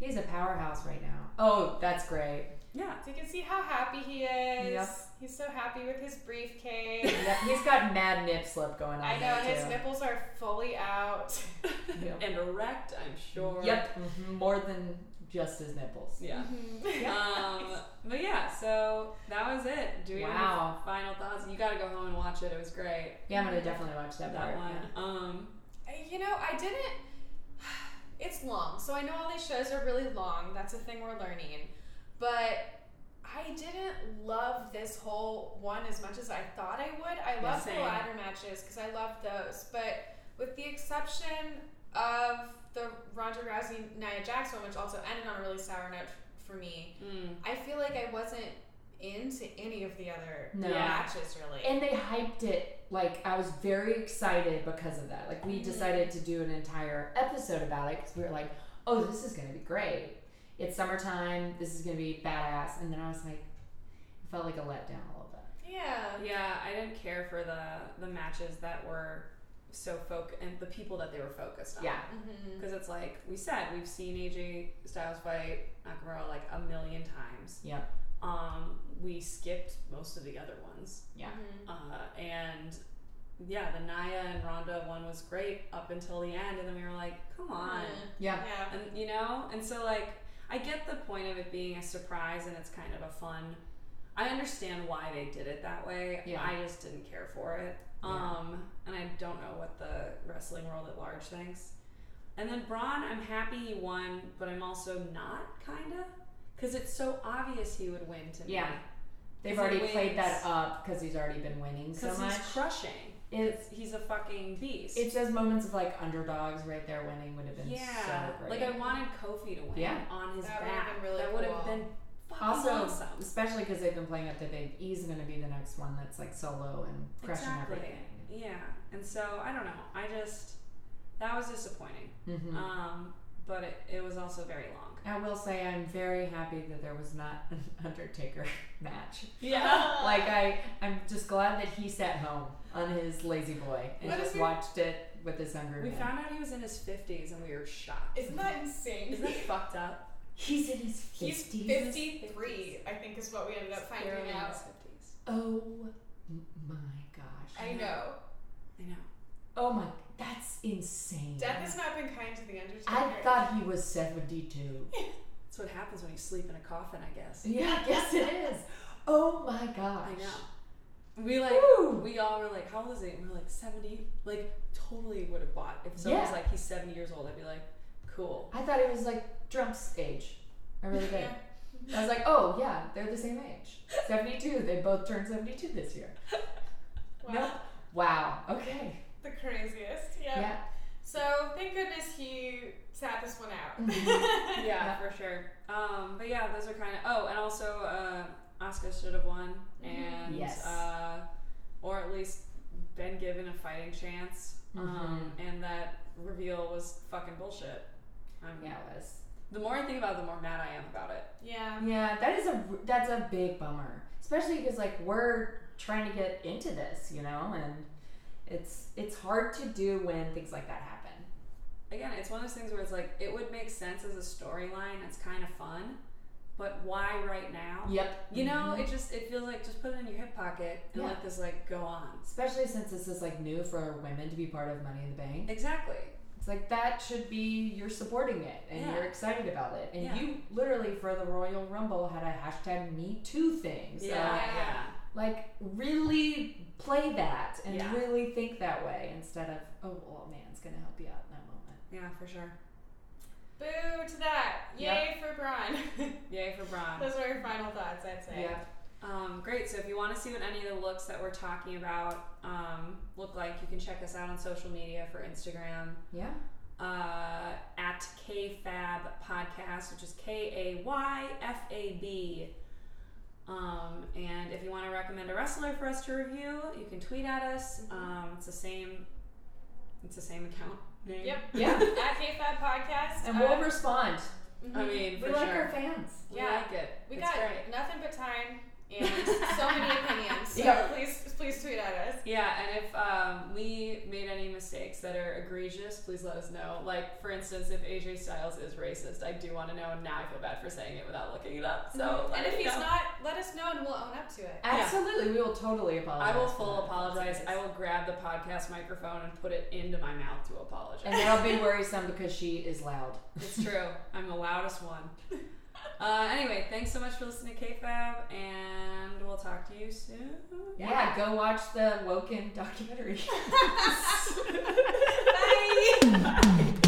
Speaker 1: he's a powerhouse right now. Oh, that's great.
Speaker 3: Yeah.
Speaker 2: So you can see how happy he is.
Speaker 1: Yep.
Speaker 2: He's so happy with his briefcase.
Speaker 1: Yep, he's got mad nip slip going on.
Speaker 2: I know
Speaker 1: there,
Speaker 2: his
Speaker 1: too.
Speaker 2: nipples are fully out.
Speaker 1: Yep.
Speaker 3: And erect, I'm sure.
Speaker 1: Yep, mhm, more than just his nipples.
Speaker 3: Yeah.
Speaker 2: Mhm.
Speaker 3: Um, but yeah, so that was it. Do we have
Speaker 1: Wow.
Speaker 3: any final thoughts? You gotta go home and watch it. It was great.
Speaker 1: Yeah, I'm gonna definitely watch that,
Speaker 3: That
Speaker 1: part.
Speaker 3: one.
Speaker 1: yeah.
Speaker 3: Um,
Speaker 2: You know, I didn't. It's long, so I know all these shows are really long. That's a thing we're learning. But I didn't love this whole one as much as I thought I would. I loved the
Speaker 3: same.
Speaker 2: ladder matches because I loved those. But with the exception of the Ronda Rousey Nia Jax one, which also ended on a really sour note for me,
Speaker 3: mm,
Speaker 2: I feel like I wasn't into any of the other
Speaker 1: No.
Speaker 2: matches really.
Speaker 1: And they hyped it like I was very excited because of that. Like we decided to do an entire episode about it because we were like, "Oh, this is gonna be great. It's summertime. This is gonna be badass." And then I was like, I felt like a letdown a little bit.
Speaker 2: yeah.
Speaker 3: yeah, I didn't care for the the matches that were so focused and the people that they were focused on.
Speaker 1: Yeah,
Speaker 2: Mm-hmm.
Speaker 3: Because it's like we said, we've seen AJ Styles fight Nakamura like a million times.
Speaker 1: Yep.
Speaker 3: Um, we skipped most of the other ones.
Speaker 1: Yeah.
Speaker 2: Mm-hmm.
Speaker 3: Uh, and yeah, the Naya and Ronda one was great up until the end, and then we were like, come on.
Speaker 1: yeah,
Speaker 2: Mm-hmm. Yeah.
Speaker 3: And you know, and so like I get the point of it being a surprise and it's kind of a fun. I understand why they did it that way.
Speaker 1: Yeah.
Speaker 3: I just didn't care for it.
Speaker 1: Yeah.
Speaker 3: Um, and I don't know what the wrestling world at large thinks. And then Braun, I'm happy he won, but I'm also not kinda because it's so obvious he would win to me.
Speaker 1: Yeah. They've
Speaker 3: Because he
Speaker 1: already played
Speaker 3: wins.
Speaker 1: that up because he's already been winning so
Speaker 3: because
Speaker 1: much.
Speaker 3: he's crushing.
Speaker 1: It's
Speaker 3: He's a fucch beast.
Speaker 1: it's those moments of like underdogs right there winning would have been
Speaker 3: yeah,
Speaker 1: so great.
Speaker 3: like I wanted Kofi to win
Speaker 1: Yeah.
Speaker 3: on his
Speaker 2: That would've
Speaker 3: back.
Speaker 2: been really
Speaker 3: that would have
Speaker 2: cool.
Speaker 3: been fucking
Speaker 1: Also,
Speaker 3: awesome.
Speaker 1: especially because they've been playing up to Big E's going to be the next one that's like solo and crushing
Speaker 3: Exactly.
Speaker 1: everything.
Speaker 3: Yeah, and so I don't know. I just that was disappointing.
Speaker 1: Mm-hmm.
Speaker 3: Um, but it, it was also very long.
Speaker 1: I will say I'm very happy that there was not an Undertaker match.
Speaker 3: Yeah.
Speaker 1: Like I, I'm just glad that he sat home on his lazy boy and
Speaker 2: What if
Speaker 1: just
Speaker 2: we-
Speaker 1: watched it with his hungry
Speaker 3: We
Speaker 1: man.
Speaker 3: found out he was in his fifties, and we were shocked.
Speaker 2: Isn't that insane?
Speaker 3: Isn't that fucked up?
Speaker 1: He's in his
Speaker 2: He's
Speaker 1: fifties.
Speaker 2: 53, I think is what we ended up
Speaker 3: Barely
Speaker 2: finding
Speaker 3: in
Speaker 2: out.
Speaker 3: his fifties.
Speaker 1: Oh m- my gosh.
Speaker 2: I know.
Speaker 3: I know.
Speaker 1: Oh my, that's insane.
Speaker 2: Death has not been kind to the Undertaker.
Speaker 1: I thought he was 72.
Speaker 3: That's what happens when you sleep in a coffin, I guess.
Speaker 1: yeah, yes it is. Oh my gosh.
Speaker 3: I know. We like
Speaker 1: Woo!
Speaker 3: we all were like, how old is he? And we are like seventy. Like totally would have bought if someone was
Speaker 1: Yeah.
Speaker 3: like he's seventy years old. I'd be like, cool.
Speaker 1: I thought it was like Trump's age. I really did.
Speaker 2: Yeah.
Speaker 1: I was like, oh yeah, they're the same age. 72. They both turned 72 this year.
Speaker 2: Wow.
Speaker 1: No. Wow. Okay.
Speaker 2: The craziest. Yeah.
Speaker 1: Yeah.
Speaker 2: So thank goodness he sat this one
Speaker 3: Mm.
Speaker 2: out.
Speaker 1: Mm-hmm.
Speaker 3: Yeah, for sure. Um, but yeah, those are kind of. Oh, and also, uh, Oscar should have won, and
Speaker 1: Yes.
Speaker 3: uh, or at least been given a fighting chance. Um,
Speaker 1: Mm-hmm.
Speaker 3: and that reveal was fucking bullshit. Um,
Speaker 1: Yeah, it was.
Speaker 3: The more I think about it, the more mad I am about it.
Speaker 2: yeah.
Speaker 1: Yeah, that is a that's a big bummer, especially because like we're trying to get into this, you know, and it's it's hard to do when things like that happen.
Speaker 3: Again, it's one of those things where it's like it would make sense as a storyline. It's kind of fun, but why right now?
Speaker 1: Yep.
Speaker 3: You know, it just it feels like just put it in your hip pocket and
Speaker 1: Mm-hmm. Yeah.
Speaker 3: let this like go on.
Speaker 1: especially since this is like new for women to be part of Money in the Bank.
Speaker 3: Exactly.
Speaker 1: It's like that should be you're supporting it and
Speaker 3: Yeah.
Speaker 1: you're excited about it, and
Speaker 3: Yeah.
Speaker 1: you literally for the Royal Rumble had a hashtag Me Too thing. So,
Speaker 3: yeah. yeah.
Speaker 1: Like really play that and
Speaker 3: Yeah.
Speaker 1: really think that way instead of oh well man's gonna help you out in that moment.
Speaker 3: Yeah, for sure.
Speaker 2: Boo to that. Yay for Braun.
Speaker 3: Yay for Braun.
Speaker 2: Those are your final thoughts, I'd say.
Speaker 1: Yeah.
Speaker 3: Um, great. So if you want to see what any of the looks that we're talking about um, look like, you can check us out on social media for Instagram
Speaker 1: Yeah.
Speaker 3: uh, at KFAB Podcast, which is K A Y F A B. Um, and if you want to recommend a wrestler for us to review, you can tweet at us.
Speaker 2: Mm-hmm.
Speaker 3: Um, it's the same. It's the same account name.
Speaker 2: Yep.
Speaker 1: Yeah.
Speaker 2: At KFAB Podcast.
Speaker 1: And we'll
Speaker 2: uh,
Speaker 1: respond.
Speaker 2: mhm.
Speaker 3: I mean, for
Speaker 1: we like
Speaker 3: sure.
Speaker 1: our fans.
Speaker 3: we
Speaker 2: Yeah.
Speaker 3: like it.
Speaker 2: we
Speaker 3: It's
Speaker 2: got
Speaker 3: great.
Speaker 2: nothing but time and so many opinions. So
Speaker 1: Yeah.
Speaker 2: please, please tweet at us.
Speaker 3: Yeah, and if um, we made any mistakes that are egregious, please let us know. Like, for instance, if AJ Styles is racist, I do want to know, and now I feel bad for saying it without looking it up. So, let
Speaker 2: Mm-hmm. and if
Speaker 3: us
Speaker 2: he's
Speaker 3: know.
Speaker 2: not, let us know and we'll own up to it.
Speaker 1: Absolutely. We will totally apologize.
Speaker 3: I will
Speaker 1: for
Speaker 3: full
Speaker 1: that.
Speaker 3: apologize. I will grab the podcast microphone and put it into my mouth to apologize.
Speaker 1: And that'll be worrisome because she is loud.
Speaker 3: It's true. I'm the loudest one. Uh, anyway, thanks so much for listening to KFAB, and we'll talk to you soon.
Speaker 1: Yeah. Go watch the Woken documentary.
Speaker 2: Bye.